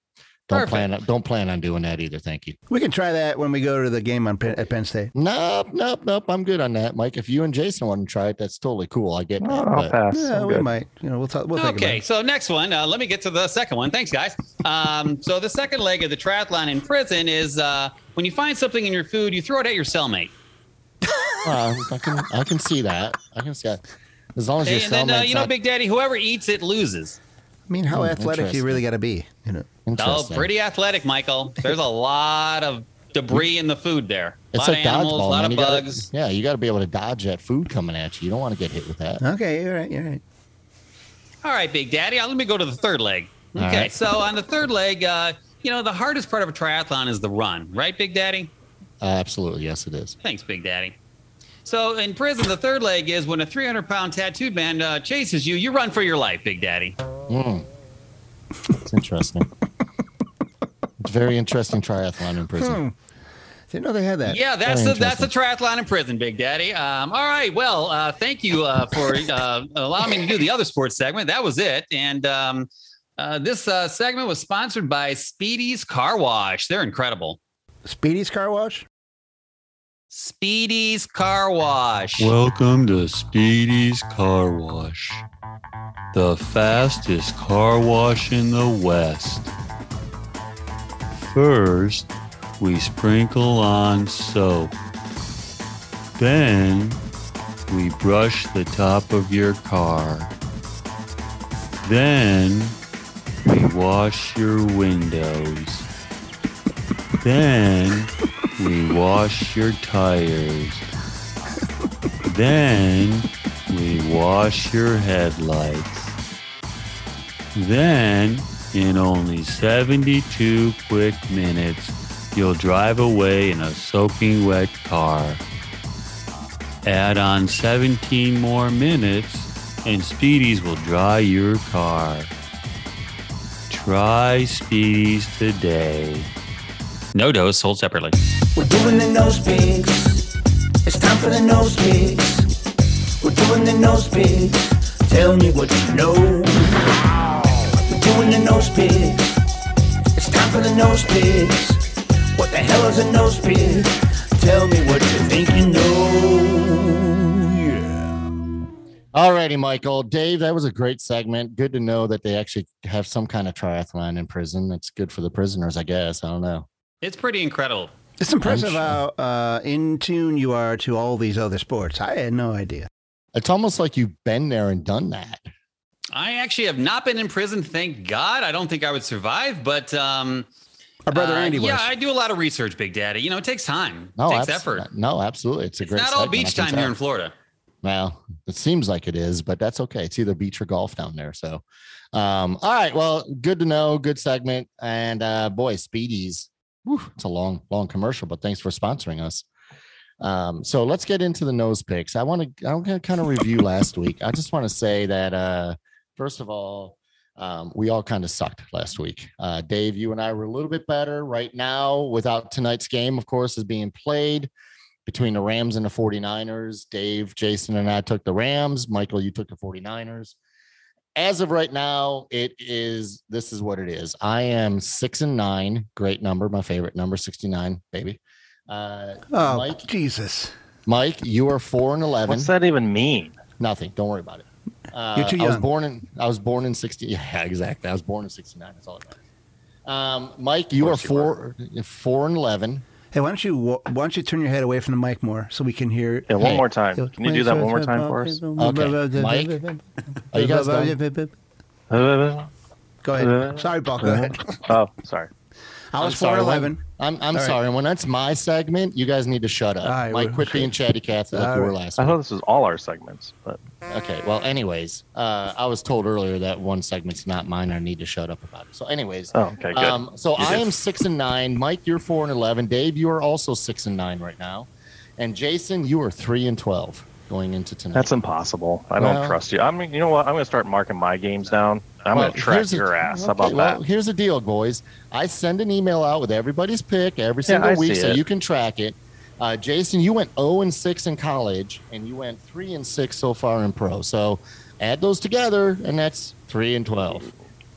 A: don't
B: Perfect.
A: plan. Don't plan on doing that either. Thank you.
C: one. We can try that when we go to the game on Penn, at Penn State.
A: Nope, nope, nope. I'm good on that, Mike. If you and Jason want to try it, that's totally cool. I get that.
D: Oh, I'll
A: but-
D: pass.
C: Yeah,
D: I'm
C: we
D: good.
C: might. You know, we'll talk. We'll think about
B: okay,
C: it.
B: so next one. Uh, let me get to the second one. Thanks, guys. Um, so the second leg of the triathlon in prison is uh, when you find something in your food, you throw it at your cellmate.
A: uh, I can, I can see that. I can see that. As long as
B: Okay,
A: you're
B: and then uh, you know,
A: not
B: Big Daddy, whoever eats it loses.
C: I mean, how
A: Hmm,
C: athletic you really got to be, you know?
B: Oh,
A: interesting.
B: pretty athletic, Michael. There's a lot of debris in the food there. A
A: It's
B: lot of
A: like
B: animals, a
A: dodgeball,
B: lot
A: man.
B: of
A: You gotta-
B: bugs.
A: yeah, you got to be able to dodge that food coming at you. You don't want to get hit with that. Uh,
C: Okay, you're right. You're right.
B: All right, Big Daddy. uh, Let me go to the third leg.
A: All
B: Okay,
A: right.
B: so on the third leg, uh, you know, the hardest part of a triathlon is the run, right, Big Daddy?
A: Uh, absolutely, yes, it is.
B: Thanks, Big Daddy. So in prison, the third leg is when a 300 pound tattooed man uh, chases you, you run for your life, Big Daddy.
A: Mm. It's interesting. it's a very interesting triathlon in
C: Hmm.
A: prison.
C: Didn't know they had that.
B: Yeah, that's the,
A: Very
B: that's the triathlon in prison, Big Daddy. Um, all right. Well, uh, thank you uh, for uh, allowing me to do the other sports segment. That was it. And um, uh, this uh, segment was sponsored by Speedy's Car Wash. They're incredible.
C: Speedy's car wash?
B: Speedy's Car Wash.
H: Welcome to Speedy's Car Wash, the fastest car wash in the West. First, we sprinkle on soap. Then, we brush the top of your car. Then, we wash your windows. Then, we wash your tires. Then we wash your headlights. Then, in only 72 quick minutes, you'll drive away in a soaking wet car. Add on 17 more minutes, and Speedies will dry your car. Try Speedies today.
B: No dose sold separately.
E: We're doing the nose pigs. It's time for the nose pigs. We're doing the nose pigs. Tell me what you know. We're doing the nose pigs. It's time for the nose pigs. What the hell is a nose pig? Tell me what you think you know. Yeah.
A: All righty, Michael. Dave, that was a great segment. Good to know that they actually have some kind of triathlon in prison. That's good for the prisoners, I guess. I don't know.
B: It's pretty incredible.
C: It's impressive
A: sure.
C: how uh, in tune you are to all these other sports. I had no idea.
A: It's almost like you've been there and done that.
B: I actually have not been in prison, thank God. I don't think I would survive, but um,
C: Our brother
B: uh,
C: Andy was.
B: Yeah, I do a lot of research, Big Daddy. You know, it takes time.
A: No,
B: it takes
A: abs-
B: effort.
A: No, absolutely. Oh, It's a
B: It's
A: great
B: not all
A: segment,
B: beach
A: I can
B: time here in
A: tell.
B: Florida.
A: Well, it seems like it is, but that's okay. It's either beach or golf down there. So, um, all right. Well, good to know. Good segment. And uh, boy, Speedies. Whew, it's a long, long commercial, but thanks for sponsoring us. Um, so let's get into the nose picks. I want to. I'm gonna kind of review last week. I just want to say that uh, first of all, um, we all kind of sucked last week. Uh, Dave, you and I were a little bit better right now. Without tonight's game, of course, is being played between the Rams and the 49ers. Dave, Jason, and I took the Rams. Michael, you took the 49ers. As of right now, it is this is what it is. I am six and nine. Great number, my favorite number, 69, baby. Uh,
C: oh,
A: Mike,
C: Jesus.
A: Mike, you are four and eleven.
D: What's that even mean?
A: Nothing. Don't worry about it. Uh,
C: You're too
A: I was
C: young.
A: born in I was born in sixty. Yeah, exactly. I was born in sixty nine. That's all it matters. Um, Mike, you are
D: course you
A: four four and eleven.
C: Hey, why don't you wa- why don't you turn your head away from the mic more so we can hear?
D: Yeah, one
A: Hey.
D: more time. Can you do that one more time for us?
A: Okay, Mike? Are you guys done?
C: Go ahead. Sorry, Paul. Go ahead.
D: Oh, Uh, sorry.
C: I was
A: I'm sorry,
C: four eleven.
A: I'm I'm
C: right.
A: sorry. When that's my segment, you guys need to shut up.
C: All right,
A: Mike,
C: we're-
A: quit being chatty Cathy like
C: All
A: you were
C: right.
A: last
D: I
A: week.
D: thought this was all our segments, but
A: Okay. Well, anyways, uh, I was told earlier that one segment's not mine. I need to shut up about it. So, anyways,
D: oh, okay, good.
A: um, so
D: You
A: I
D: did.
A: am six and nine. Mike, you're four and eleven. Dave, you are also six and nine right now, and Jason, you are three and twelve going into tonight.
D: That's impossible. I don't
A: Well-
D: trust you. I mean, you know what? I'm going to start marking my games down. I'm
A: Well,
D: going to track
A: here's the-
D: your ass.
A: okay,
D: How about
A: well,
D: that?
A: Here's the deal, boys. I send an email out with everybody's pick every single
D: I
A: week
D: see
A: so
D: it.
A: you can track it. Uh, Jason, you went 0 and 6 in college, and you went 3 and 6 so far in pro. So add those together, and that's 3 and 12.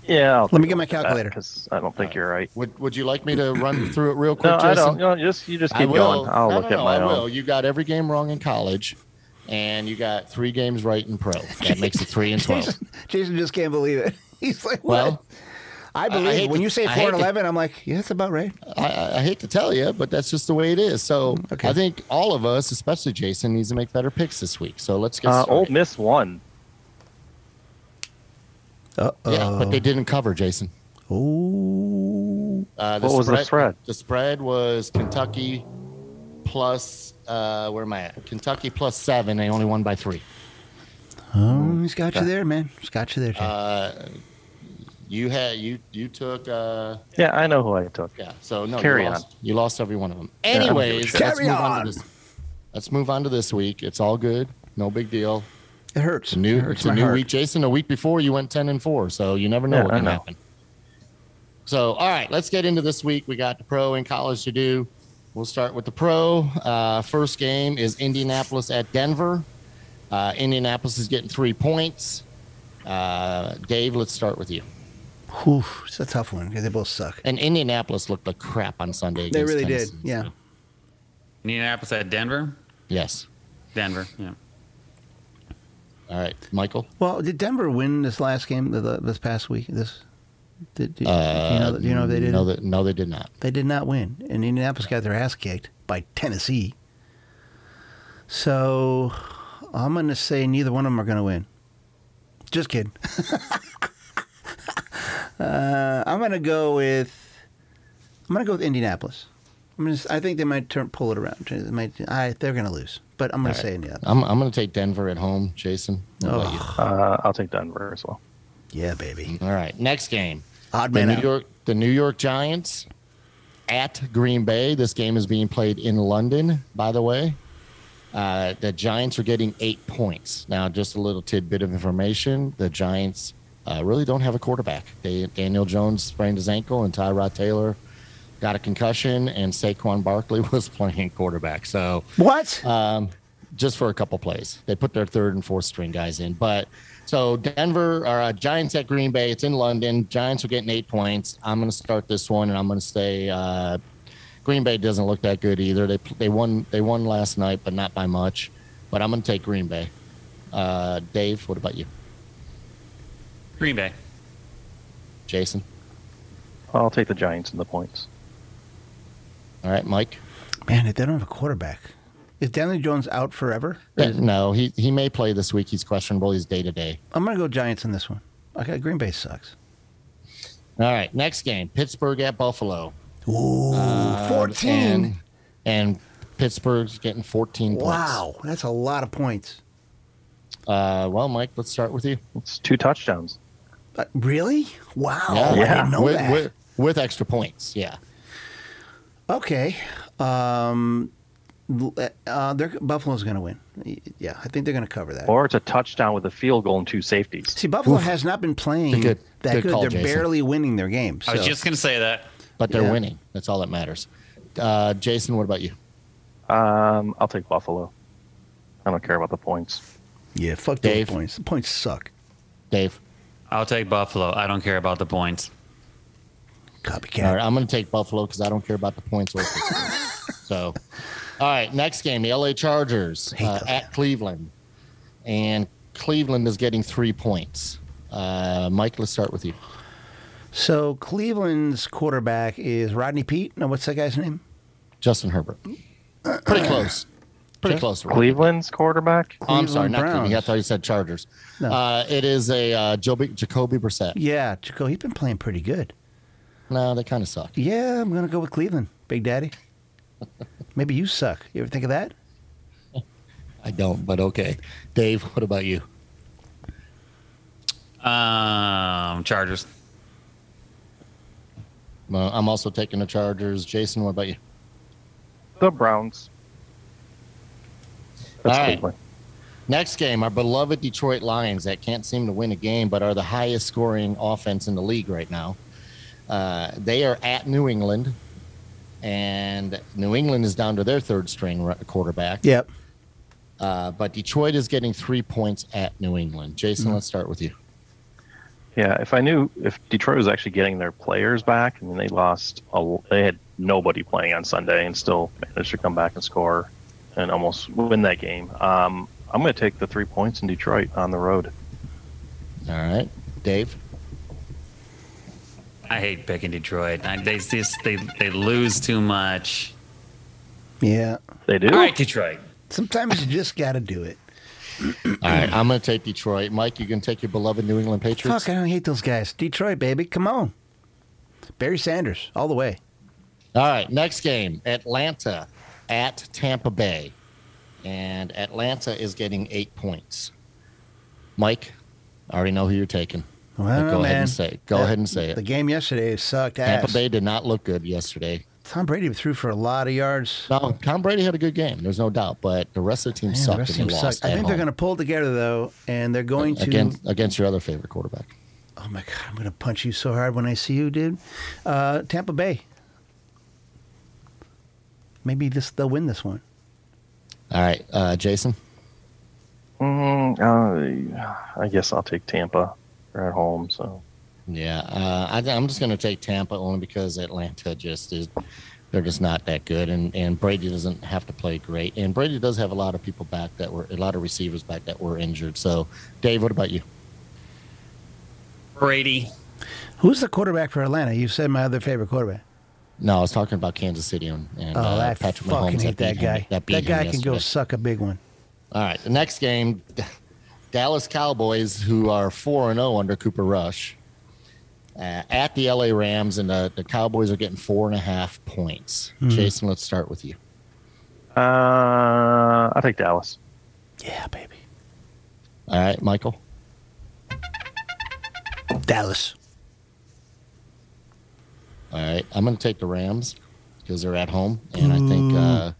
D: Yeah. I'll
C: Let me
D: do
C: get my
D: that,
C: calculator.
D: 'cause I don't think you're right.
A: Would Would you like me to run through it real quick,
D: No,
A: Jason?
D: I don't. No, just you just
A: I
D: keep
A: will.
D: going. I'll
A: no, no,
D: look at
A: no,
D: my
A: I
D: own.
A: will. You got every game wrong in college, and you got three games right in pro. That makes it 3 and 12.
C: Jason, Jason just can't believe it. He's like, what?
A: Well,
C: I believe
A: hate
C: it. when
A: to-
C: you say
A: I hate
C: four and
A: to-
C: eleven, I'm like, yeah, that's about right.
A: I- I, I hate to tell you, but that's just the way it is. So
C: okay.
A: I think all of us, especially Jason, needs to make better picks this week. So let's get
D: Uh,
A: started.
D: Old Miss won.
C: Uh
A: yeah, but
C: oh.
A: they didn't cover Jason.
C: Ooh.
A: Uh,
D: What was the spread?
A: The spread was Kentucky plus. Uh, where am I at? Kentucky plus seven. They only won by three.
C: Oh, he's got you there, man. He's got you there. Jay.
A: Uh, You had you you took. Uh,
D: Yeah, I know who I took.
A: yeah. So no,
D: Carry
A: you
D: on.
A: lost, You lost every one of them.
D: I don't give a
A: Anyways,
D: shit.
A: let's
C: Carry
A: move on
C: on.
A: to this. Let's move on to this week. It's all good. No big deal.
C: it hurts.
A: It's a new,
C: it hurts
A: it's a
C: my
A: new
C: heart.
A: week, Jason. A week before you went ten and four, so you never know
D: Yeah,
A: what
D: I
A: can
D: know.
A: happen. So, all right, let's get into this week. We got the pro and college to do. We'll start with the pro. Uh, first game is Indianapolis at Denver. Uh, Indianapolis is getting three points. Uh, Dave, let's start with you.
C: Whew, it's a tough one because they both suck.
A: And Indianapolis looked like crap on Sunday.
C: They
A: against
C: really did.
A: Tennessee,
C: Yeah.
A: so-
B: Indianapolis at Denver.
A: Yes.
B: Denver. Yeah.
A: All right, Michael.
C: Well, did Denver win this last game th- th- this past week? This did, did, do you
A: Uh,
C: know? Do you know if they did?
A: Um, No, they, no, they did not.
C: They did not win, and Indianapolis got their ass kicked by Tennessee. So I'm going to say neither one of them are going to win. Just kidding. uh, I'm going to go with I'm going to go with Indianapolis. I'm gonna, s- I think they might turn pull it around. They might, I, they're going to lose, but I'm going to say Indianapolis.
A: I'm, I'm going to take Denver at home, Jason. What about you?
D: Uh, I'll take Denver as well.
C: Yeah, baby.
A: All right, next game.
C: Odd
A: The
C: man
A: New
C: out.
A: York, the New York Giants at Green Bay. This game is being played in London, by the way. Uh, the Giants are getting eight points now. Just a little tidbit of information: the Giants uh, really don't have a quarterback. They, Daniel Jones sprained his ankle, and Tyrod Taylor got a concussion, and Saquon Barkley was playing quarterback. So
C: What?
A: um, just for a couple plays. They put their third and fourth string guys in. But so Denver or uh, Giants at Green Bay. It's in London. Giants are getting eight points. I'm going to start this one, and I'm going to say uh, Green Bay doesn't look that good either. They they won they won last night, but not by much. But I'm going to take Green Bay. Uh, Dave, what about you?
B: Green Bay.
A: Jason.
D: I'll take the Giants and the points.
A: All right, Mike.
C: Man, if they don't have a quarterback, is Daniel Jones out forever? Or is-
A: No, he he may play this week. He's questionable. He's day to day.
C: I'm gonna go Giants on this one. Okay, Green Bay sucks.
A: All right, next game: Pittsburgh at Buffalo.
C: Ooh, fourteen.
A: And, and Pittsburgh's getting 14
C: Wow, that's a lot of points.
A: points. Uh, well, Mike, let's start with you.
D: It's two touchdowns.
C: Uh, really? Wow, Oh, I
A: Yeah.
C: didn't know
A: with,
C: that.
A: With, with extra points, yeah.
C: Okay, um, l- uh, they're, Buffalo's gonna win. Y- Yeah, I think they're gonna cover that.
D: Or it's a touchdown with a field goal and two safeties.
C: See, Buffalo has not been playing
A: Good-
C: that
A: good
C: good.
A: call,
C: they're
A: Jason.
C: barely winning their games.
B: I was
C: so-
B: just gonna say that.
A: But they're
C: Yeah.
A: winning. That's all that matters. Uh, Jason, what about you?
D: Um, I'll take Buffalo. I don't care about the points.
C: yeah, fuck
A: Dave.
C: those points. The points suck.
A: Dave.
B: I'll take Buffalo. I don't care about the points.
C: Copycat.
A: All right, I'm going to take Buffalo because I don't care about the points. Or Pittsburgh. so, all right, next game: the LA Chargers
C: Hate
A: uh,
C: those
A: at Cleveland, and Cleveland is getting three points. Uh, Mike, let's start with you.
C: So Cleveland's quarterback is Rodney Pete. No, what's that guy's name?
A: Justin Herbert. Pretty close. Pretty close. to right.
D: Cleveland's quarterback.
A: Oh, I'm sorry, not
C: Cleveland
A: Cleveland. I
C: Browns.
A: thought you said Chargers.
C: No.
A: Uh, it is a uh, Joby, Jacoby Brissett.
C: Yeah, Chico. He's been playing pretty good.
A: No, they kind of suck.
C: Yeah, I'm gonna go with Cleveland, Big Daddy. Maybe you suck. You ever think of that?
A: I don't, but okay. Dave, what about you?
B: Um, Chargers.
A: Well, Uh, I'm also taking the Chargers. Jason, what about you?
D: The Browns. That's
A: All right.
D: Cleveland.
A: Next game, our beloved Detroit Lions that can't seem to win a game, but are the highest scoring offense in the league right now. Uh, they are at New England, and New England is down to their third string r- quarterback.
C: Yep.
A: Uh, but Detroit is getting three points at New England. Jason, let's start with you.
D: Yeah, if I knew if Detroit was actually getting their players back, I mean they lost. A, they had nobody playing on Sunday and still managed to come back and score and almost win that game. Um, I'm going to take the three points in Detroit on the road.
A: All right, Dave.
B: I hate picking Detroit. I, they just they they lose too much.
C: Yeah.
D: They do.
B: All right, Detroit.
C: Sometimes you just gotta do it.
A: All right, I'm going to take Detroit. Mike, you going to take your beloved New England Patriots?
C: Fuck, I don't hate those guys. Detroit, baby, come on. Barry Sanders, all the way.
A: All right, next game Atlanta at Tampa Bay. And Atlanta is getting eight points. Mike, I already know who you're taking.
C: Well, I don't
A: Go
C: know,
A: ahead
C: man.
A: and say it. Go
C: That-
A: ahead and say
C: The
A: it.
C: game yesterday sucked
A: Tampa
C: ass.
A: Bay did not look good yesterday.
C: Tom Brady threw for a lot of yards.
A: No, Tom Brady had a good game. There's no doubt, but the rest of the team
C: Man, the
A: sucked
C: rest of
A: and
C: them
A: they lost.
C: sucked. I
A: at
C: think they're
A: home
C: gonna pull together though, and they're going to
A: against against your other favorite quarterback.
C: Oh my god, I'm gonna punch you so hard when I see you, dude. Uh, Tampa Bay. Maybe this they'll win this one.
A: All right, uh, Jason.
D: Mm, uh, I guess I'll take Tampa. They're at home, so
A: Yeah, uh, I, I'm just going to take Tampa only because Atlanta just is. They're just not that good, and, and Brady doesn't have to play great. And Brady does have a lot of people back that were a lot of receivers back that were injured. So, Dave, what about you?
B: Brady.
C: Who's the quarterback for Atlanta? You said my other favorite
A: Uh,
C: quarterback.
A: No, I was talking about Kansas City and, and
C: Oh,
A: uh,
C: I
A: Patrick
C: fucking
A: Mahomes.
C: hate
A: that
C: that
A: beat
C: guy.
A: Him,
C: That,
A: that beat him
C: guy can go
A: yesterday.
C: suck a big one.
A: All right, the next game, Dallas Cowboys, who are four and zero under Cooper Rush, uh, at the LA Rams, and uh, the, the Cowboys are getting four and a half points.
C: Hmm.
A: Jason, let's start with you.
D: uh, I'll take Dallas.
C: Yeah, baby.
A: All right, Michael.
C: Dallas.
A: All right, I'm going to take the Rams because they're at home, and I think uh,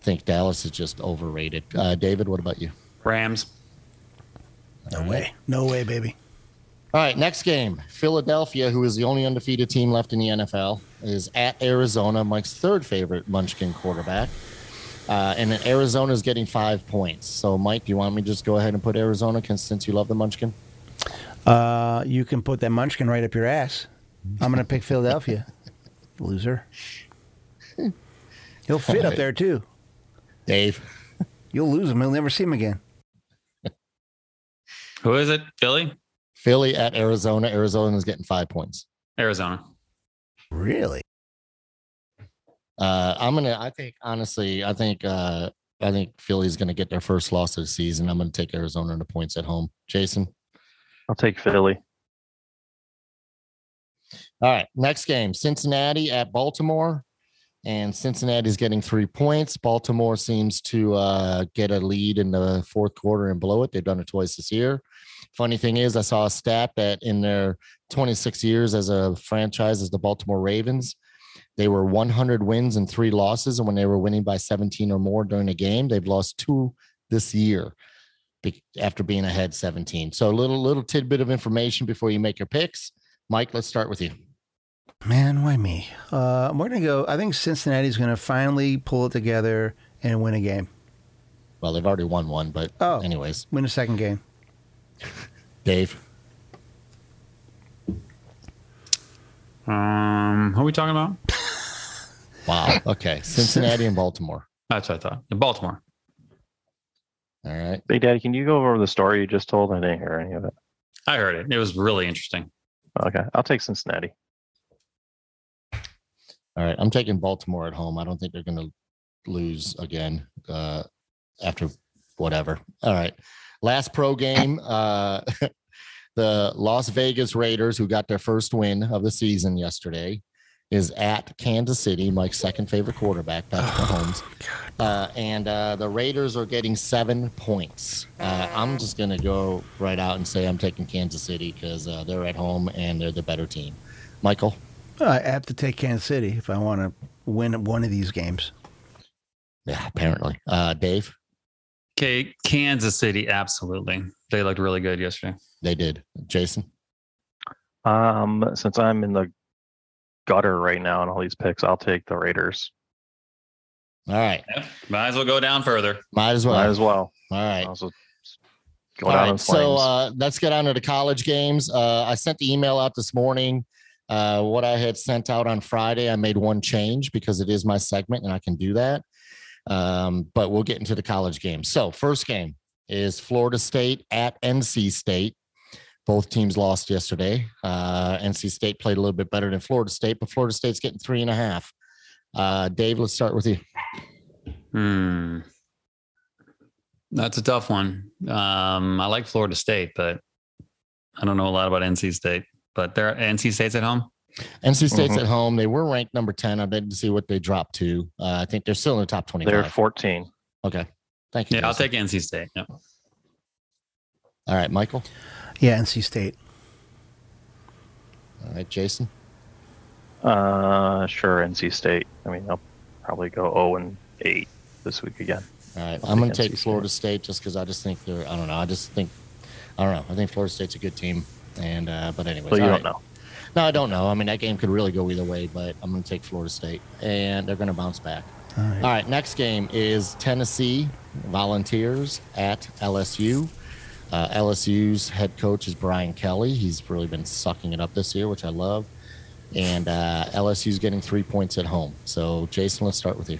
A: think Dallas is just overrated. Uh, David, what about you?
B: Rams.
C: No way. No way, baby.
A: All right, next game. Philadelphia, who is the only undefeated team left in the NFL, is at Arizona, Mike's third favorite Munchkin quarterback. Uh, and then Arizona is getting five points. So, Mike, do you want me to just go ahead and put Arizona 'cause since you love the Munchkin?
C: Uh, you can put that munchkin right up your ass. I'm going to pick Philadelphia. Loser. He'll fit up there too.
A: Dave.
C: You'll lose him. You'll never see him again.
B: Who is it? Philly?
A: Philly at Arizona. Arizona is getting five points.
B: Arizona.
C: Really?
A: Uh, I'm gonna. I think honestly, I think uh, I think Philly's gonna get their first loss of the season. I'm gonna take Arizona to points at home. Jason.
D: I'll take Philly.
A: All right, next game: Cincinnati at Baltimore, and Cincinnati's getting three points. Baltimore seems to uh, get a lead in the fourth quarter and blow it. They've done it twice this year. Funny thing is, I saw a stat that in their 26 years as a franchise as the Baltimore Ravens, they were 100 wins and three losses, and when they were winning by 17 or more during a game, they've lost two this year be- after being ahead 17. So a little little tidbit of information before you make your picks. Mike, let's start with you.
C: Man, why me? Uh, we're going to go. I think Cincinnati's going to finally pull it together and win a game,
A: Well, they've already won one, but
C: Oh.
A: anyways,
C: win a second game.
A: Dave,
B: Um, who are we talking about?
A: wow. Okay. Cincinnati and Baltimore.
B: That's what I thought. Baltimore.
A: All right.
D: Big Daddy, can you go over the story you just told? I didn't hear any of it.
B: I heard it. It was really interesting.
D: Okay, I'll take Cincinnati.
A: All right. I'm taking Baltimore at home. I don't think they're going to lose again uh, after whatever. All right. Last pro game. Uh, the Las Vegas Raiders, who got their first win of the season yesterday, is at Kansas City, Mike's second favorite quarterback, Patrick Mahomes. Uh, and uh, the Raiders are getting seven points. Uh, I'm just going to go right out and say I'm taking Kansas City because uh, they're at home and they're the better team. Michael?
C: I have to take Kansas City if I want to win one of these games.
A: Yeah, apparently. Uh, Dave?
B: Okay, Kansas City. Absolutely. They looked really good yesterday.
A: They did. Jason?
D: Um, since I'm in the gutter right now in all these picks, I'll take the Raiders.
A: All right.
B: Yep. Might as well go down further.
A: Might as well.
D: Might as well.
A: All right.
D: Also,
A: All
D: going out in
A: right. So
D: flames.
A: uh, let's get on to the college games. Uh, I sent the email out this morning. Uh, what I had sent out on Friday, I made one change because it is my segment and I can do that. Um, but we'll get into the college games. So, first game is Florida State at NC State. Both teams lost yesterday. Uh, NC State played a little bit better than Florida State, but Florida State's getting three and a half. Uh, Dave, let's start with you.
B: Hmm. That's a tough one. Um, I like Florida State, but I don't know a lot about NC State. But there, NC State's at home.
A: NC State's
D: Mhm.
A: at home. They were ranked number 10. I didn't see what they dropped to. Uh, I think they're still in the top 25.
D: They're 14.
A: Okay. Thank you.
B: Yeah, I'll
A: Jason.
B: take NC State. Yep.
A: All right, Michael.
C: Yeah, NC State.
A: All right, Jason.
D: Uh, sure, NC State. I mean, they'll probably go 0 and 8 this week again.
A: All right,
D: I'll
A: I'm going
D: take
A: to take
D: NC State.
A: Florida State just because I just think they're. I don't know. I just think. I don't know. I think Florida State's a good team. And uh, but anyways,
D: But you
A: all
D: don't
A: right.
D: know.
A: No, I don't know. I mean, that game could really go either way. But I'm going to take Florida State, and they're going to bounce back.
C: All right.
A: All right, next game is Tennessee Volunteers at LSU. Uh, LSU's head coach is Brian Kelly. He's really been sucking it up this year, which I love. And uh, LSU's getting three points at home. So, Jason, let's start with you.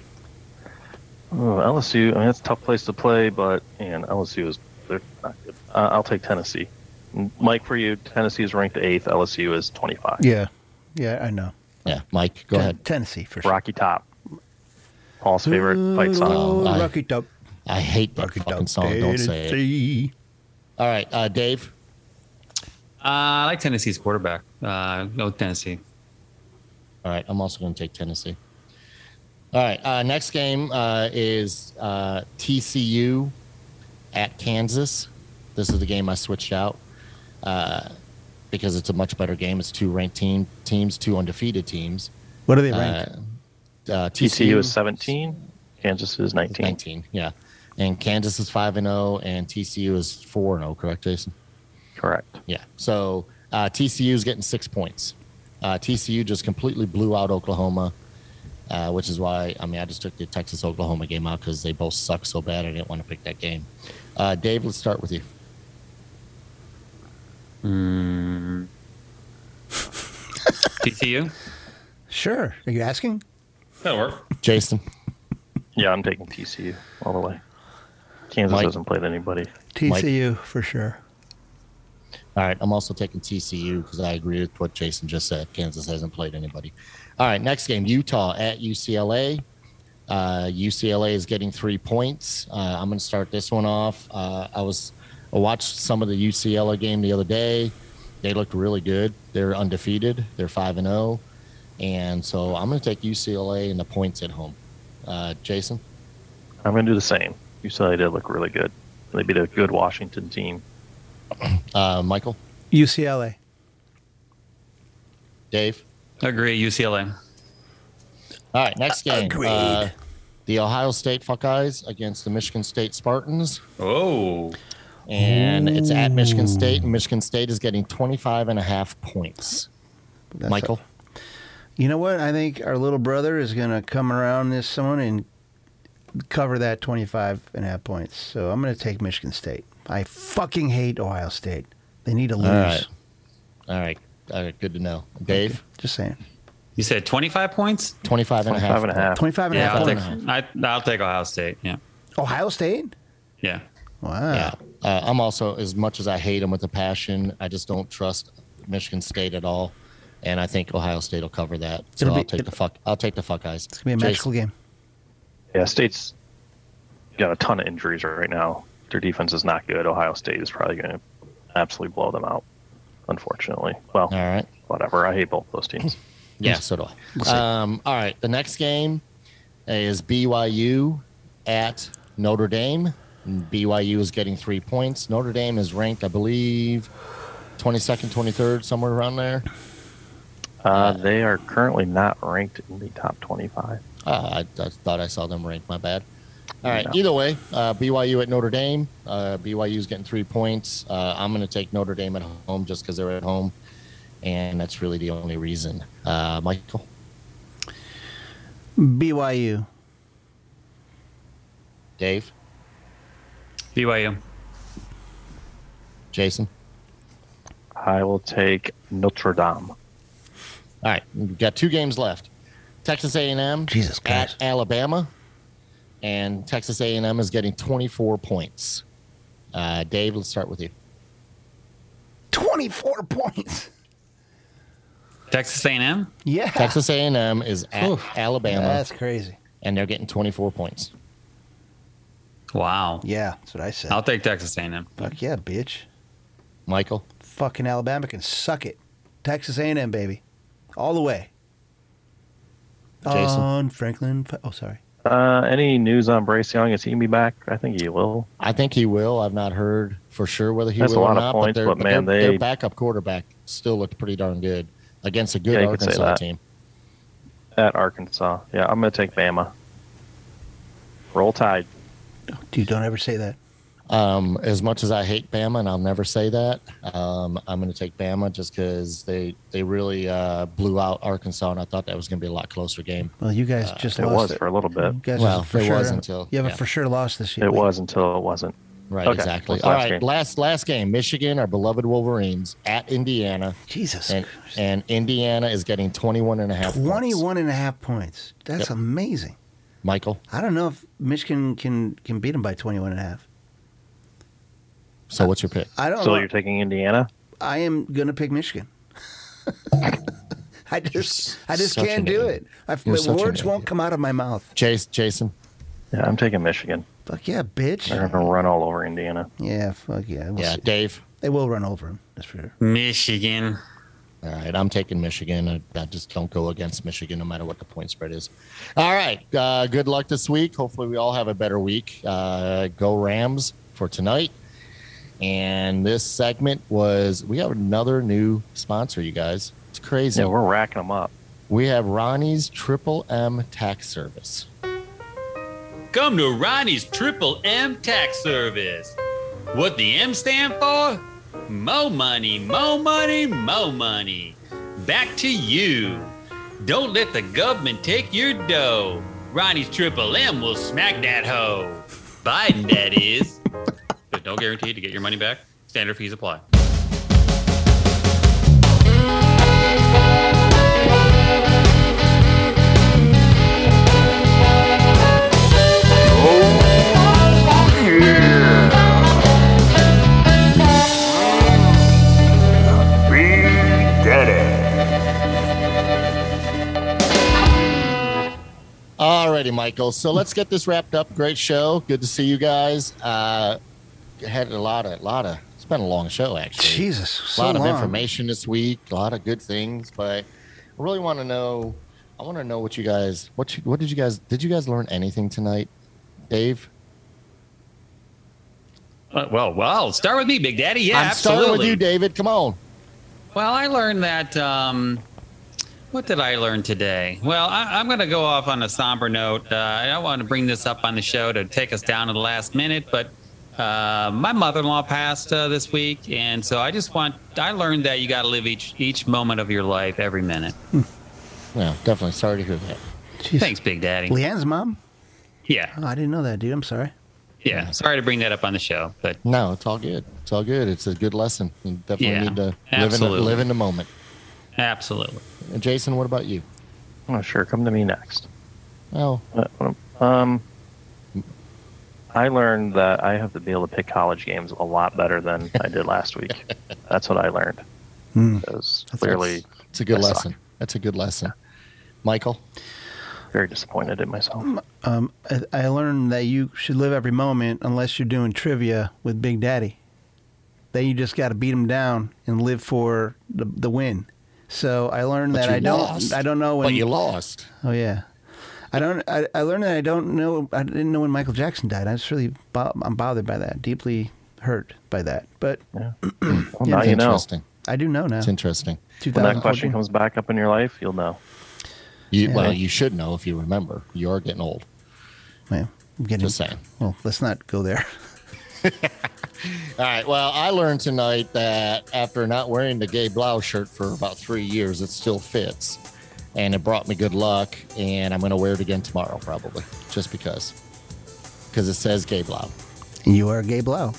D: Oh, LSU, I mean, that's a tough place to play, but man, LSU is they're not good. Uh, I'll take Tennessee. M- Mike, for you, Tennessee is ranked eighth. LSU is 25.
C: Yeah. Yeah, I know.
A: Yeah, Mike, go
C: Ten-
A: ahead.
C: Tennessee for sure.
D: Rocky Top. Paul's favorite fight song.
C: Ooh,
A: I-
C: Rocky Top.
A: I hate that
C: Rocky
A: fucking
C: Top.
A: song. Don't say it.
C: Tennessee.
A: All right, uh, Dave.
B: Uh, I like Tennessee's quarterback. Uh, go with Tennessee.
A: All right, I'm also going to take Tennessee. All right, uh, next game uh, is uh, TCU at Kansas. This is the game I switched out uh, because it's a much better game. It's two ranked team, teams, two undefeated teams.
C: What are they
A: Uh,
C: ranked?
A: uh,
D: TCU is 17. Kansas is 19.
A: 19, yeah. And oh, Kansas is 5 and 0, and TCU is 4 and 0, oh, correct, Jason?
D: Correct.
A: Yeah. So Uh, TCU's getting six points. Uh, TCU just completely blew out Oklahoma, uh, which is why I mean I just took the Texas Oklahoma game out because they both suck so bad. I didn't want to pick that game. Uh, Dave, let's start with you.
B: TCU.
C: Sure. Are you asking?
B: That'll work.
A: Jason,
D: Yeah, I'm taking TCU all the way. Kansas
A: Mike?
D: hasn't played anybody.
C: TCU for sure.
A: All right, I'm also taking TCU because I agree with what Jason just said. Kansas hasn't played anybody. All right, next game Utah at UCLA. Uh, UCLA is getting three points. Uh, I'm going to start this one off. Uh, I was I watched some of the UCLA game the other day. They looked really good. They're undefeated. They're five and zero, and so I'm going to take UCLA and the points at home. Uh, Jason,
D: I'm going to do the same. UCLA did look really good. They beat a good Washington team.
A: uh, Michael,
C: UCLA.
A: Dave.
B: Agree. UCLA.
A: All right, next game.
G: Agreed.
A: Uh, the Ohio State Buckeyes against the Michigan State Spartans.
B: Oh.
A: And it's at Michigan State, and Michigan State is getting 25 and a half points.
C: That's
A: Michael,
C: You know what? I think our little brother is going to come around this one and cover that 25 and a half points. So I'm going to take Michigan State. I fucking hate Ohio State. They need to lose.
A: right. all right. All right, good to know. Dave,
C: Just saying.
B: You said 25 points?
A: 25 and a half.
D: 25 and a half.
C: 25 and a
B: Yeah,
C: half
B: I'll take,
C: points.
B: I, I'll take Ohio State. Yeah.
C: Ohio State?
B: Yeah.
C: Wow.
A: Yeah. Uh, I'm also, as much as I hate them with a passion, I just don't trust Michigan State at all. And I think Ohio State will cover that. So
C: It'll be-
A: I'll take the fuck. I'll take the fuck eyes.
C: It's going to be a magical game.
D: Yeah, State's got a ton of injuries right now. Their defense is not good. Ohio State is probably going to absolutely blow them out, unfortunately. Well,
A: All right.
D: whatever. I hate both those teams.
A: Yeah, so do I. Um, all right, the next game is BYU at Notre Dame. BYU is getting three points. Notre Dame is ranked, I believe, 22nd, 23rd, somewhere around there.
D: Uh, they are currently not ranked in the top 25.
A: Uh, I, I thought I saw them ranked. My bad. All right.
D: No.
A: Either way, uh, BYU at Notre Dame. Uh, BYU is getting three points. Uh, I'm going to take Notre Dame at home just because they're at home, and that's really the only reason. Uh, Michael,
C: BYU.
A: Dave,
B: BYU.
A: Jason.
D: I will take Notre Dame.
A: All right, we've got two games left. Texas A&M
C: Jesus
A: at
C: Christ.
A: Alabama, and Texas A&M is getting 24 points. Uh, Dave, let's start with you.
C: 24 points.
B: Texas A&M.
C: Yeah.
A: Texas A&M is at
C: Oof.
A: Alabama,
C: That's crazy.
A: and they're getting 24 points.
B: Wow.
C: Yeah, that's what I said.
B: I'll take Texas A&M.
C: Fuck yeah, bitch.
A: Michael,
C: Fucking Alabama can suck it. Texas A&M, baby. All the way.
A: Jason?
C: On Franklin. Oh, sorry.
D: Uh, any news on Bryce Young? Is he gonna be back? I think he will.
A: I think he will. I've not heard for sure whether he
D: That's a
A: will
D: lot
A: or
D: of
A: not.
D: points,
A: their-
D: but man,
A: their,
D: they-
A: their backup quarterback still looked pretty darn good against a good
D: Yeah, you could say
A: Arkansas
D: that.
A: team.
D: At Arkansas. Yeah, I'm gonna take Bama. Roll Tide.
C: Dude, don't ever say that.
A: Um, as much as I hate Bama, and I'll never say that, um, I'm going to take Bama just because they they really uh, blew out Arkansas, and I thought that was going to be a lot closer game.
C: Well, you guys just
D: It
C: lost
D: was
C: it.
D: for a little bit.
C: You guys
A: Uh, Well,
C: for
A: it
C: sure,
A: was until-
C: you have
A: yeah.
C: a for sure loss this year.
D: It was until it wasn't.
A: Right,
D: Okay,
A: exactly.
D: what's
A: All
D: last
A: right,
D: game?
A: last last game, Michigan, our beloved Wolverines at Indiana,
C: Jesus.
A: and
C: Christ.
A: and Indiana is getting 21 and a half. points.
C: 21 and a half points. That's
A: Yep.
C: amazing.
A: Michael.
C: I don't know if Michigan can can beat them by 21 and a half.
A: So what's your pick?
C: I don't
D: So
C: know.
D: you're taking Indiana?
C: I am going to pick Michigan. I just I just
A: such
C: can't
A: an
C: do
A: idiot.
C: it. I've,
A: You're
C: my
A: such an
C: words won't
A: idiot.
C: come out of my mouth.
A: Chase, Jason.
D: Yeah, I'm taking Michigan.
C: Fuck yeah, bitch.
D: They're gonna run all over Indiana.
C: Yeah, fuck yeah. We'll
A: Yeah,
C: see.
A: Dave.
C: They will run over him. That's for sure.
B: Michigan.
A: All right, I'm taking Michigan. I, I just don't go against Michigan, no matter what the point spread is. All right, uh, good luck this week. Hopefully, we all have a better week. Uh, go Rams for tonight. And this segment was we have another new sponsor, you guys. It's crazy.
D: Yeah, we're racking them up.
A: we have Ronnie's Triple M Tax Service.
B: Come to Ronnie's Triple M Tax Service. What the M stand for? Mo money, mo money, mo money. Back to you. Don't let the government take your dough. Ronnie's Triple M will smack that hoe. Biden, that is. There's no guarantee to get your money back. Standard fees apply.
A: Alrighty, Michael. So let's get this wrapped up. Great show. Good to see you guys. Uh, had a lot of, lot of. It's been a long show, actually.
C: Jesus,
A: a
C: so
A: lot of
C: long.
A: information this week, a lot of good things, but I really want to know. I want to know what you guys. What you, what did you guys? Did you guys learn anything tonight, Dave?
B: Uh, well, well, start with me, Big Daddy. Yeah,
A: I'm
B: absolutely.
A: starting with you, David. Come on.
B: Well, I learned that. Um, what did I learn today? Well, I, I'm going to go off on a somber note. Uh, I don't want to bring this up on the show to take us down to the last minute, but uh, my mother-in-law passed uh, this week, and so I just want. I learned that you got to live each each moment of your life, every minute.
A: Yeah, definitely. Sorry to hear that.
C: Jeez.
B: Thanks, Big Daddy.
C: Leanne's mom?
B: Yeah,
C: Oh, I didn't know that, dude. I'm sorry.
B: yeah. Sorry to bring that up on the show, but
A: No, it's all good. It's all good. It's a good lesson. You definitely
B: Yeah,
A: need to live in, the,
B: absolutely.
A: live in the moment.
B: absolutely.
A: And Jason, what about you?
D: Oh, sure. Come to me next.
A: Oh,
D: Uh, what am- Um, I learned that I have to be able to pick college games a lot better than I did last week. That's what I learned.
C: Hmm.
D: Because clearly,
A: it's a good
D: I suck.
A: lesson. That's a good lesson. Michael,
D: very disappointed in myself.
C: Um, I, I learned that you should live every moment unless you're doing trivia with Big Daddy. Then you just got to beat him down and live for the, the win. So I learned
A: But
C: that
A: you
C: I don't.
A: lost.
C: I don't know when.
A: but you lost.
C: oh yeah, I don't. I, I learned that I don't know. I didn't know when Michael Jackson died. I was really. Bo- I'm bothered by that. Deeply hurt by that. But
D: Well, now you know.
A: interesting.
C: I do know now.
A: It's interesting.
D: When that question comes back up in your life, you'll know.
A: You, Well, you should know if you remember. You are getting old.
C: Man, I'm getting.
A: Just saying.
C: Well, let's not go there.
A: All right. Well, I learned tonight that after not wearing the gay blouse shirt for about three years, it still fits. And it brought me good luck. And I'm going to wear it again tomorrow, probably, just because. Because it says gay blouse.
C: You are a gay blow.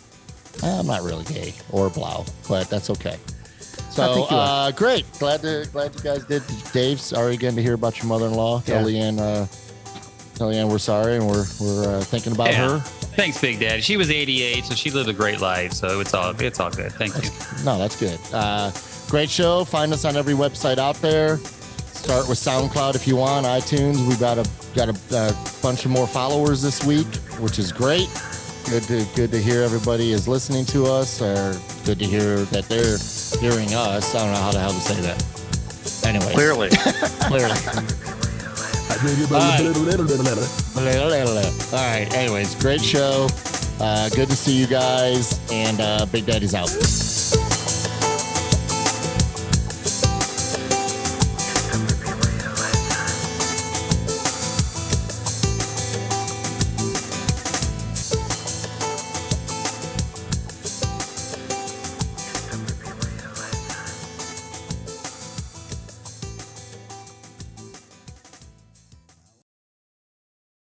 A: I'm not really gay or blau, but that's okay.
C: I
A: So
C: think you are.
A: uh, great, glad to glad you guys did. Dave, sorry again to hear about your mother-in-law. Tell Leanne, uh, tell Leanne we're sorry and we're we're uh, thinking about
B: Yeah.
A: her.
B: Thanks, Big Daddy. She was 88, so she lived a great life. So it's all it's all good. Thank you.
A: No, that's good. Uh, great show. Find us on every website out there. Start with SoundCloud if you want. iTunes. We've got a got a, a bunch of more followers this week, which is great. Good to good to hear everybody is listening to us, or good to hear that they're hearing us. I don't know how the hell to say that. Anyway,
D: Clearly.
A: clearly. All right. Anyways, great show. Uh, good to see you guys, and uh, Big Daddy's out.
I: Thank